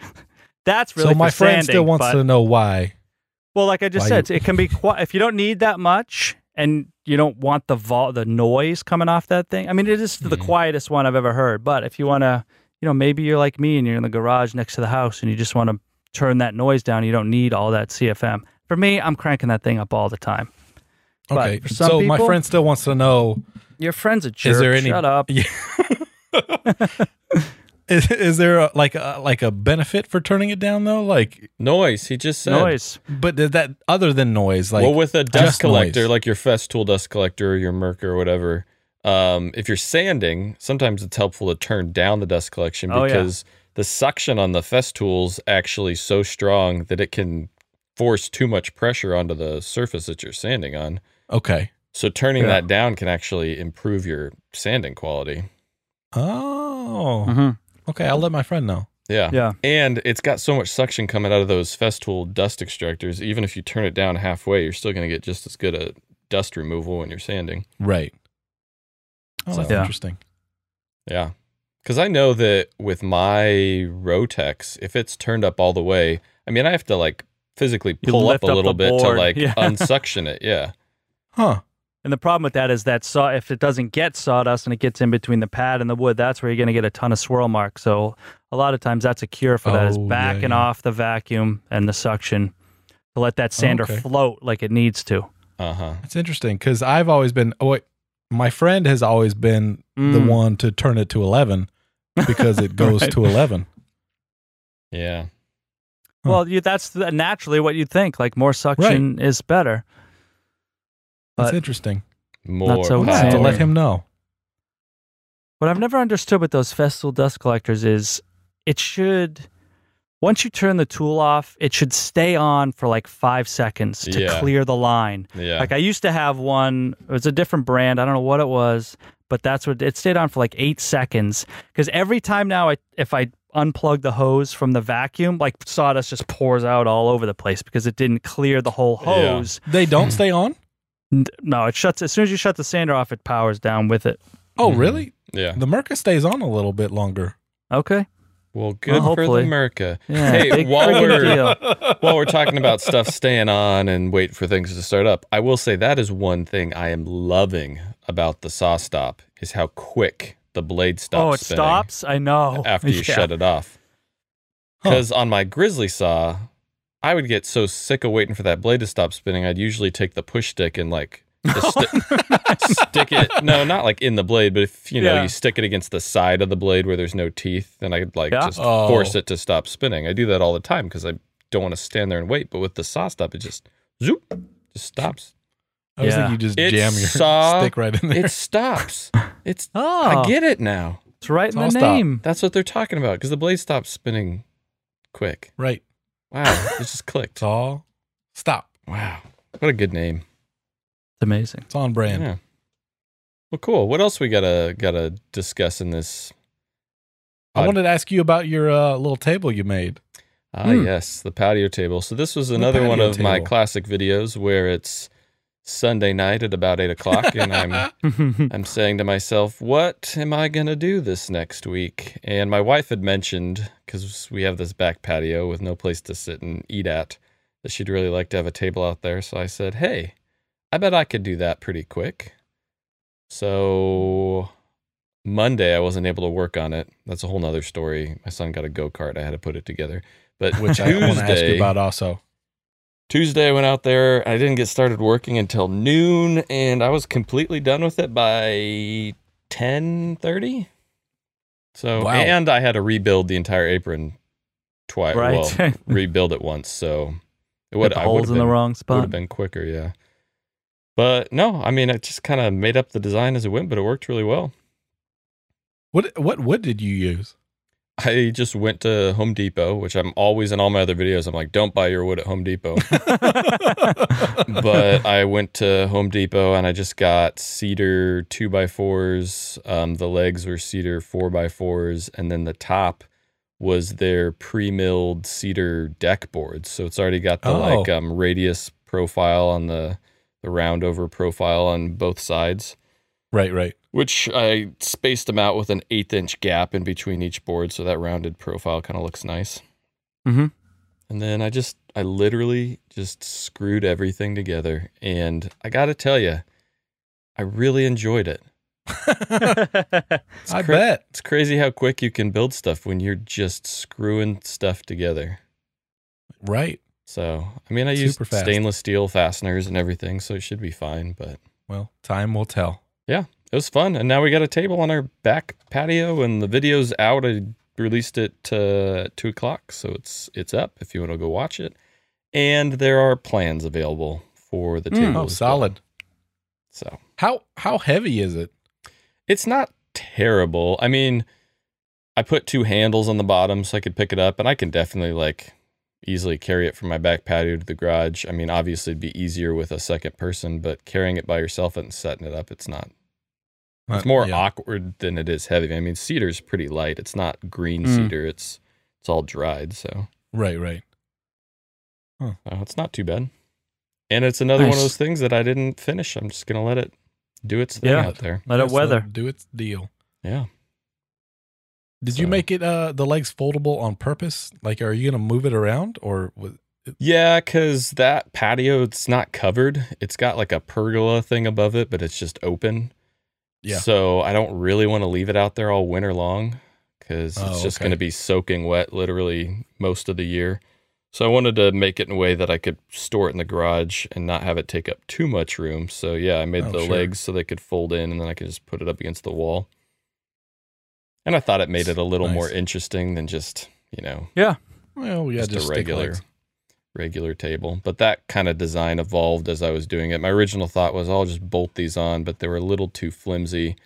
S2: that's really
S1: so my
S2: for
S1: friend still
S2: sanding,
S1: wants
S2: but-
S1: to know why.
S2: Well, like I just
S1: Why you-
S2: said, it can be qui- if you don't need that much and you don't want the vol- the noise coming off that thing. I mean, it is the
S1: Mm-hmm.
S3: Mhm.
S2: quietest one I've ever heard. But if you want to, you know, maybe you're like me and you're in the garage next to the house and you just want to turn that noise down. You don't need all that CFM. For me, I'm cranking that thing up all the time. But
S1: Okay,
S2: for
S1: so
S2: some
S1: my
S2: people-
S1: friend still wants to know
S2: Your friend's a jerk.
S1: there any-
S2: Shut up.
S1: is, is there a, like a, like a benefit for turning it down though? Like,
S3: noise. He just said
S2: Noise.
S1: but did that other than noise, like
S3: well, with a dust
S1: just
S3: collector,
S1: noise.
S3: like your Festool dust collector or your Merc or whatever, um, if you're sanding, sometimes it's helpful to turn down the dust collection
S2: Oh, yeah.
S3: because the suction on the Festool's actually so strong that it can force too much pressure onto the surface that you're sanding on.
S1: okay,
S3: So turning
S2: Yeah.
S3: that down can actually improve your sanding quality.
S1: oh,
S2: Mhm.
S1: okay, I'll let my friend know.
S3: Yeah.
S2: Yeah.
S3: And it's got so much suction coming out of those Festool dust extractors. Even if you turn it down halfway, you're still going to get just as good a dust removal when you're sanding.
S1: Right. Oh, that's
S2: So- Yeah.
S1: interesting.
S3: Yeah. Because I know that with my Rotex, if it's turned up all the way, I mean, I have to like physically
S2: You
S3: pull
S2: lift
S3: up
S2: up
S3: a
S2: the
S3: little bit to
S2: board,
S3: like
S2: yeah.
S3: unsuction it. Yeah.
S1: Huh.
S2: And the problem with that is that saw if it doesn't get sawdust and it gets in between the pad and the wood, that's where you're going to get a ton of swirl marks. So a lot of times that's a cure for that is
S1: Oh, yeah,
S2: backing
S1: yeah.
S2: off the vacuum and the suction to let that sander
S1: Okay.
S2: float like it needs to.
S3: Uh huh.
S1: That's interesting because I've always been, oh, wait, my friend has always been the
S2: Mm.
S1: one to turn it to 11 because it goes
S2: Right.
S1: to 11.
S3: Yeah.
S1: Huh.
S2: Well, you, that's the, naturally what you'd think. Like more suction is better.
S1: That's
S2: But-
S1: interesting.
S3: More.
S2: so
S1: I'll have to
S2: Sanding.
S1: let him know.
S2: What I've never understood with those Festool dust collectors is it should, once you turn the tool off, it should stay on for like five seconds to
S3: Yeah.
S2: clear the line.
S3: Yeah.
S2: Like I used to have one. It was a different brand. I don't know what it was, but that's what it stayed on for like eight seconds. Because every time now, I if I unplug the hose from the vacuum, like sawdust just pours out all over the place because it didn't clear the whole
S3: Yeah.
S2: hose.
S1: They don't stay on?
S2: N- No, it shuts as soon as you shut the sander off. It powers down with it.
S1: Oh,
S3: Mhm.
S1: really?
S3: yeah.
S1: The Merca stays on a little bit longer.
S2: Okay.
S3: Well, good for the
S2: hopefully.
S3: America.
S2: Yeah.
S3: Hey,
S2: big
S3: while
S2: friggin'
S3: we're-
S2: deal.
S3: While we're talking about stuff staying on and wait for things to start up, I will say that is one thing I am loving about the saw stop is how quick the blade stops.
S2: oh, it
S3: spinning
S2: stops. Oh, I know.
S3: after you shut it off.
S1: Huh.
S3: Because on my grizzly saw, I would get so sick of waiting for that blade to stop spinning. I'd usually take the push stick and like
S2: Oh,
S3: just sti- stick it. No, not like in the blade, but if you know
S2: Yeah.
S3: you stick it against the side of the blade where there's no teeth, then I'd like
S2: Yeah.
S3: just
S1: Oh.
S3: force it to stop spinning. I do that all the time because I don't want to stand there and wait. But with the saw stop, it just zoop, just stops.
S1: I was
S2: Yeah.
S1: thinking you just
S3: It's
S1: jam your
S3: saw-
S1: stick right in there.
S3: It stops. It's.
S2: Oh,
S3: I get it now.
S2: it's right in the
S1: Saw stop.
S2: name.
S3: That's what they're talking about because the blade stops spinning quick.
S1: Right.
S3: Wow, it just clicked.
S1: Saw. Stop.
S3: Wow, what a good name.
S2: It's amazing.
S1: It's on brand.
S3: Yeah. Well, cool. What else we gotta gotta discuss in this?
S1: I
S3: Odd.
S1: wanted to ask you about your uh, little table you made.
S3: Ah,
S2: Hmm.
S3: yes, the patio table. So this was another one
S1: patio
S3: of my
S1: table.
S3: classic videos where it's Sunday night at about eight o'clock, and I'm I'm saying to myself, what am I gonna do this next week? And my wife had mentioned because we have this back patio with no place to sit and eat at that she'd really like to have a table out there. So I said, hey, I bet I could do that pretty quick. So Monday I wasn't able to work on it. That's a whole nother story. My son got a go kart. I had to put it together. But
S1: which I want to ask you
S3: Tuesday-
S1: about also.
S3: Tuesday, I went out there. I didn't get started working until noon, and I was completely done with it by ten thirty. So,
S1: Wow.
S3: and I had to rebuild the entire apron twice.
S2: right?
S3: Well, rebuild it once, so it
S2: Put
S3: would
S2: the
S3: I
S2: holes
S3: would've
S2: in the
S3: been-
S2: wrong
S3: would
S2: spot.
S3: have been quicker, yeah. But no, I mean, I just kind of made up the design as it went, but it worked really well.
S1: What what wood did you use?
S3: I just went to Home Depot, which I'm always in all my other videos. I'm like, don't buy your wood at Home Depot. but I went to Home Depot and I just got cedar two by fours. Um, the legs were cedar four by fours, and then the top was their pre-milled cedar deck boards. So it's already got the
S1: Oh.
S3: like um, radius profile on the the round over profile on both sides,
S1: right, right.
S3: which I spaced them out with an eighth inch gap in between each board, so that rounded profile kind of looks nice.
S1: Mm-hmm.
S2: Mhm.
S3: And then I just, I literally just screwed everything together. And I got to tell you, I really enjoyed it. It's
S1: I
S3: cra-
S1: bet.
S3: It's crazy how quick you can build stuff when you're just screwing stuff together.
S1: Right.
S3: So, I mean, I
S1: Super
S3: used
S1: fast.
S3: stainless steel fasteners and everything, so it should be fine, but
S1: Well, time will tell.
S3: it was fun. And now we got a table on our back patio and the video's out. I released it uh, two o'clock, so it's it's up if you want to go watch it. And there are plans available for the
S2: Mm.
S3: table.
S1: Oh,
S3: as well.
S1: solid.
S3: So
S1: How how heavy is it?
S3: it's not terrible. I mean, I put two handles on the bottom so I could pick it up, and I can definitely like easily carry it from my back patio to the garage. I mean, obviously it'd be easier with a second person, but carrying it by yourself and setting it up, it's not
S2: Uh,
S3: It's more
S1: Uh, yeah.
S3: awkward than it is heavy. I mean, cedar's pretty light. It's not green
S2: Mm.
S3: cedar. It's it's all dried, so
S1: Right, right.
S3: uh, it's not too bad. And it's another one of
S2: Nice.
S3: those things that I didn't finish. I'm just gonna let it do its thing
S2: Yeah.
S3: out there.
S2: Let it
S1: Yes,
S2: weather.
S1: Do its deal.
S3: Yeah.
S1: Did you
S3: So-
S1: make it uh the legs foldable on purpose? Like are you going to move it around or was,
S3: Yeah, because that patio, it's not covered. It's got like a pergola thing above it, but it's just open.
S1: Yeah.
S3: So I don't really want to leave it out there all winter long because
S1: Oh,
S3: it's just
S1: okay.
S3: going to be soaking wet literally most of the year. So I wanted to make it in a way that I could store it in the garage and not have it take up too much room. So yeah, I made
S1: Oh,
S3: the
S1: sure.
S3: legs so they could fold in and then I could just put it up against the wall. And I thought it made it a little more
S1: Nice.
S3: interesting than just, you know,
S1: well, yeah, just,
S3: just, a
S1: stick
S3: regular
S1: legs.
S3: regular table but that kind of design evolved as i was doing it my original thought was i'll just bolt these on but they were a little too flimsy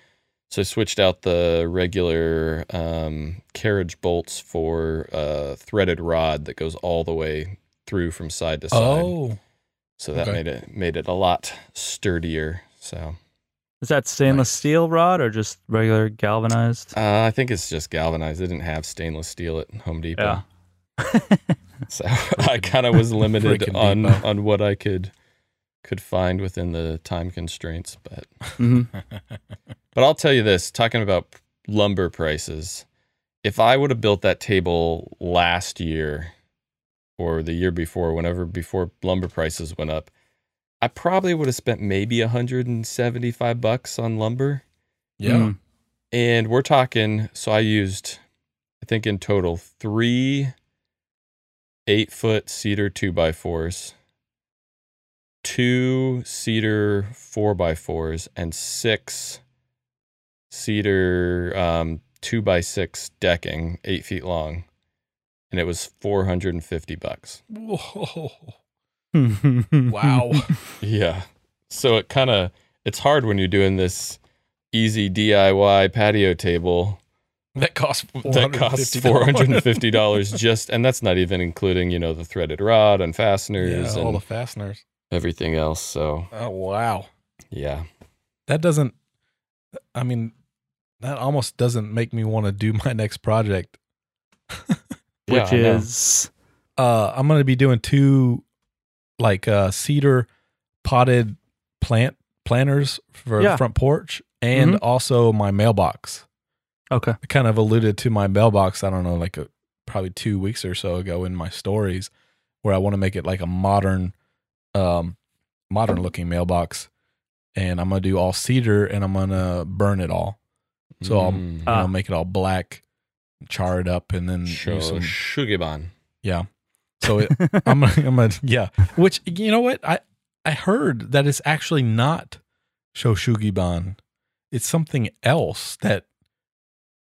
S3: so i switched out the regular um, carriage bolts for a threaded rod that goes all the way through from side to side
S1: Oh,
S3: so that
S1: okay.
S3: made it made it a lot sturdier so
S2: Is that stainless
S3: Nice.
S2: steel rod or just regular galvanized?
S3: uh, i think it's just galvanized they didn't have stainless steel at home
S2: Yeah.
S3: depot So I kind of was limited
S1: Frickin'
S3: on
S1: Depot.
S3: on what I could could find within the time constraints, but
S2: hmm
S3: but I'll tell you this, talking about lumber prices, if I would have built that table last year or the year before, whenever before lumber prices went up, I probably would have spent maybe 175 bucks on lumber.
S1: yeah.
S2: Mm.
S3: And we're talking, so I used, I think in total, three eight foot cedar two by fours, two cedar four by fours, and six cedar um, two by six decking, eight feet long. And it was 450 bucks.
S1: Whoa.
S2: Mm.
S1: Wow.
S3: Yeah. So it kind of, it's hard when you're doing this easy DIY patio table
S1: that costs
S3: that costs four hundred and fifty dollars just, and that's not even including you know the threaded rod and
S1: Yeah,
S3: fasteners
S1: all
S3: and
S1: the fasteners.
S3: everything else. So
S1: Oh, wow.
S3: yeah,
S1: That doesn't I mean that almost doesn't make me want to do my next project
S3: Yeah,
S2: Which
S3: I know.
S2: is
S1: uh I'm gonna be doing two like uh cedar potted plant planters for
S2: Yeah.
S1: the front porch and also my mailbox.
S2: Okay.
S1: I kind of alluded to my mailbox, I don't know, like a, probably two weeks or so ago in my stories where I want to make it like a modern, um, modern looking mailbox. And I'm going to do all cedar and I'm going to burn it all. So I'll
S3: Mm.
S1: you know,
S2: Ah.
S1: make it all black, char it up, and then
S3: Sure.
S1: use some-
S3: Shugiban.
S1: yeah. So it,
S2: Oh.
S1: I'm gonna- I'm gonna yeah. Which you know what I I heard that it's actually not Shoshugiban. It's something else that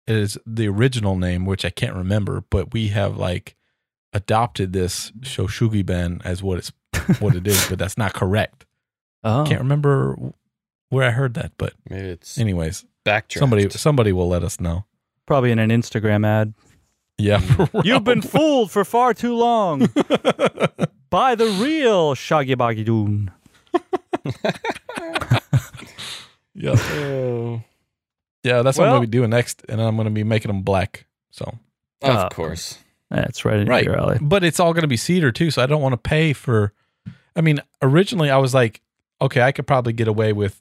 S1: is the original name, which I can't remember. But we have like adopted this Shoshugiban as what it's what it is, but that's not correct.
S2: Oh.
S1: Can't remember where I heard that, but
S3: Maybe it's
S1: anyways,
S3: backdraft.
S1: somebody somebody will let us know.
S2: Probably in an Instagram ad.
S1: Yeah,
S2: You've been fooled for far too long
S1: been.
S2: by the real Shaggy Baggy Doon.
S1: yeah.
S3: Oh.
S1: Yeah, that's what I'm
S2: Well-
S1: gonna be doing next, and I'm gonna be making them black. So
S3: Of
S2: Uh,
S3: course.
S2: That's right in
S1: Right.
S2: your alley.
S1: but it's all gonna be cedar too, so I don't want to pay for. I mean, originally I was like, okay, I could probably get away with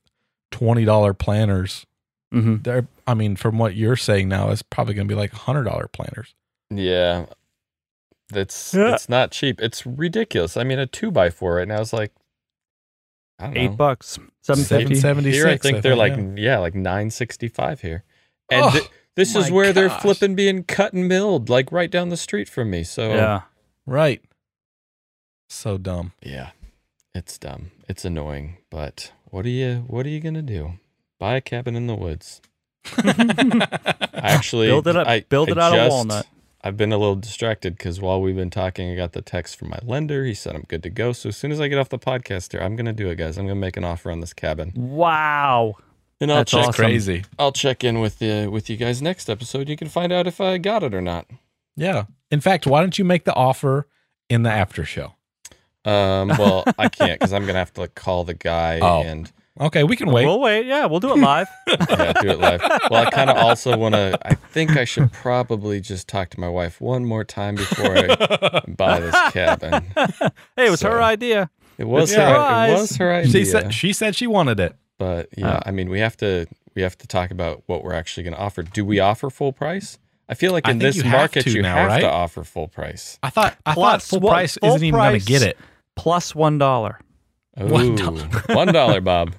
S1: twenty dollar planners.
S2: hmm
S1: There, I mean, from what you're saying now, it's probably gonna be like hundred dollar planners.
S3: Yeah. That's
S2: Yeah.
S3: it's not cheap. It's ridiculous. I mean, a two by four right now is like I don't
S2: Eight
S3: know.
S2: bucks. Seven fifty.
S3: Here, I think they're like
S1: yeah.
S3: yeah, like nine sixty five here, and
S1: Oh,
S3: thi- this is
S1: my
S3: where they're
S1: gosh.
S3: flipping being cut and milled like right down the street from me. So
S2: Yeah.
S1: right. So dumb.
S3: yeah, it's dumb. It's annoying, but what are you what are you gonna do? Buy a cabin in the woods. I actually
S2: Build it up-
S3: I,
S2: build it
S3: I
S2: out of
S3: just-
S2: walnut.
S3: I've been a little distracted because while we've been talking, I got the text from my lender. He said I'm good to go. So as soon as I get off the podcast here, I'm gonna do it, guys. I'm gonna make an offer on this cabin,
S2: Wow.
S3: and I'll
S2: That's
S3: check.
S2: awesome.
S1: Crazy.
S3: I'll check in with the with you guys next episode. You can find out if I got it or not.
S1: Yeah. In fact, why don't you make the offer in the after show?
S3: Um, well, I can't because I'm gonna have to like, call the guy
S1: Oh.
S3: and
S1: Okay, we can wait.
S2: We'll wait. Yeah, we'll do it live.
S3: yeah, do it live. Well, I kind of also want to. I think I should probably just talk to my wife one more time before I buy this cabin.
S2: hey, it was
S3: So-
S2: her idea.
S3: It was her.
S2: Surprise!
S3: It was her idea.
S1: she said she said she wanted it.
S3: but yeah,
S2: Oh.
S3: I mean, we have to we have to talk about what we're actually going to offer. Do we offer full price? I feel like
S1: I
S3: in
S1: think
S3: this
S1: you have
S3: market
S1: to
S3: you
S1: now,
S3: have
S1: right?
S3: to offer full price.
S1: I thought I thought
S2: Plus,
S1: full
S2: what-
S1: price
S2: full
S1: isn't even going
S2: price-
S1: to get it.
S2: Plus one dollar.
S1: One
S3: Ooh,
S1: dollar.
S3: one dollar, Bob.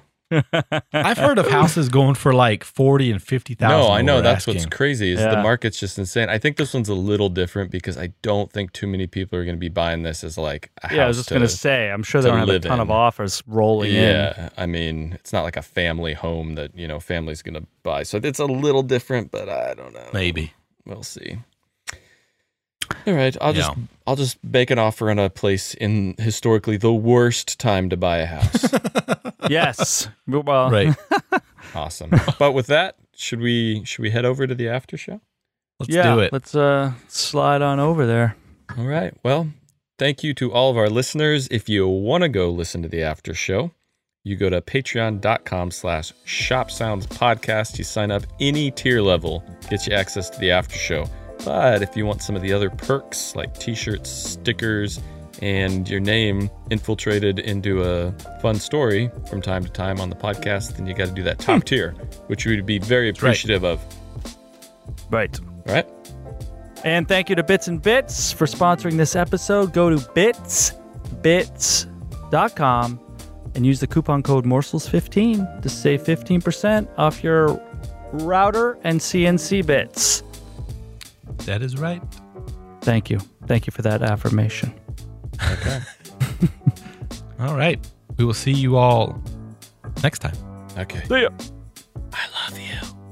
S1: I've heard of houses going for like forty and fifty thousand.
S3: No, I know that's what's crazy. Is the
S2: Yeah.
S3: market's just insane. I think this one's a little different because I don't think too many people are going to be buying this as like a
S2: Yeah, I was
S3: house
S2: just
S3: to-
S2: gonna say, I'm sure they
S3: to
S2: don't have a
S3: live
S2: ton
S3: in.
S2: of offers rolling in.
S3: Yeah, I mean, it's not like a family home that you know family's going to buy. So it's a little different, but I don't know.
S1: maybe.
S3: We'll see. All right, I'll just
S1: Yeah.
S3: I'll just make an offer on a place in historically the worst time to buy a house.
S2: Yes. Well,
S1: Right.
S3: awesome. But with that, should we should we head over to the after show?
S1: Let's
S2: yeah,
S1: do it.
S2: Let's uh slide on over there.
S3: All right. Well, thank you to all of our listeners. If you want to go listen to the after show, you go to patreon.com slash shop sounds podcast. You sign up any tier level, gets you access to the after show. But if you want some of the other perks like t-shirts, stickers, and your name infiltrated into a fun story from time to time on the podcast, then you got to do that top tier, which we would be very
S1: right.
S3: appreciative of.
S2: Right.
S3: All right.
S2: And thank you to Bits and Bits for sponsoring this episode. Go to bitsbits.com and use the coupon code morsels15 to save 15% off your router and CNC bits.
S1: That is right.
S2: Thank you. Thank you for that affirmation.
S1: All right. We will see you all next time.
S3: Okay.
S2: See ya.
S3: I love you.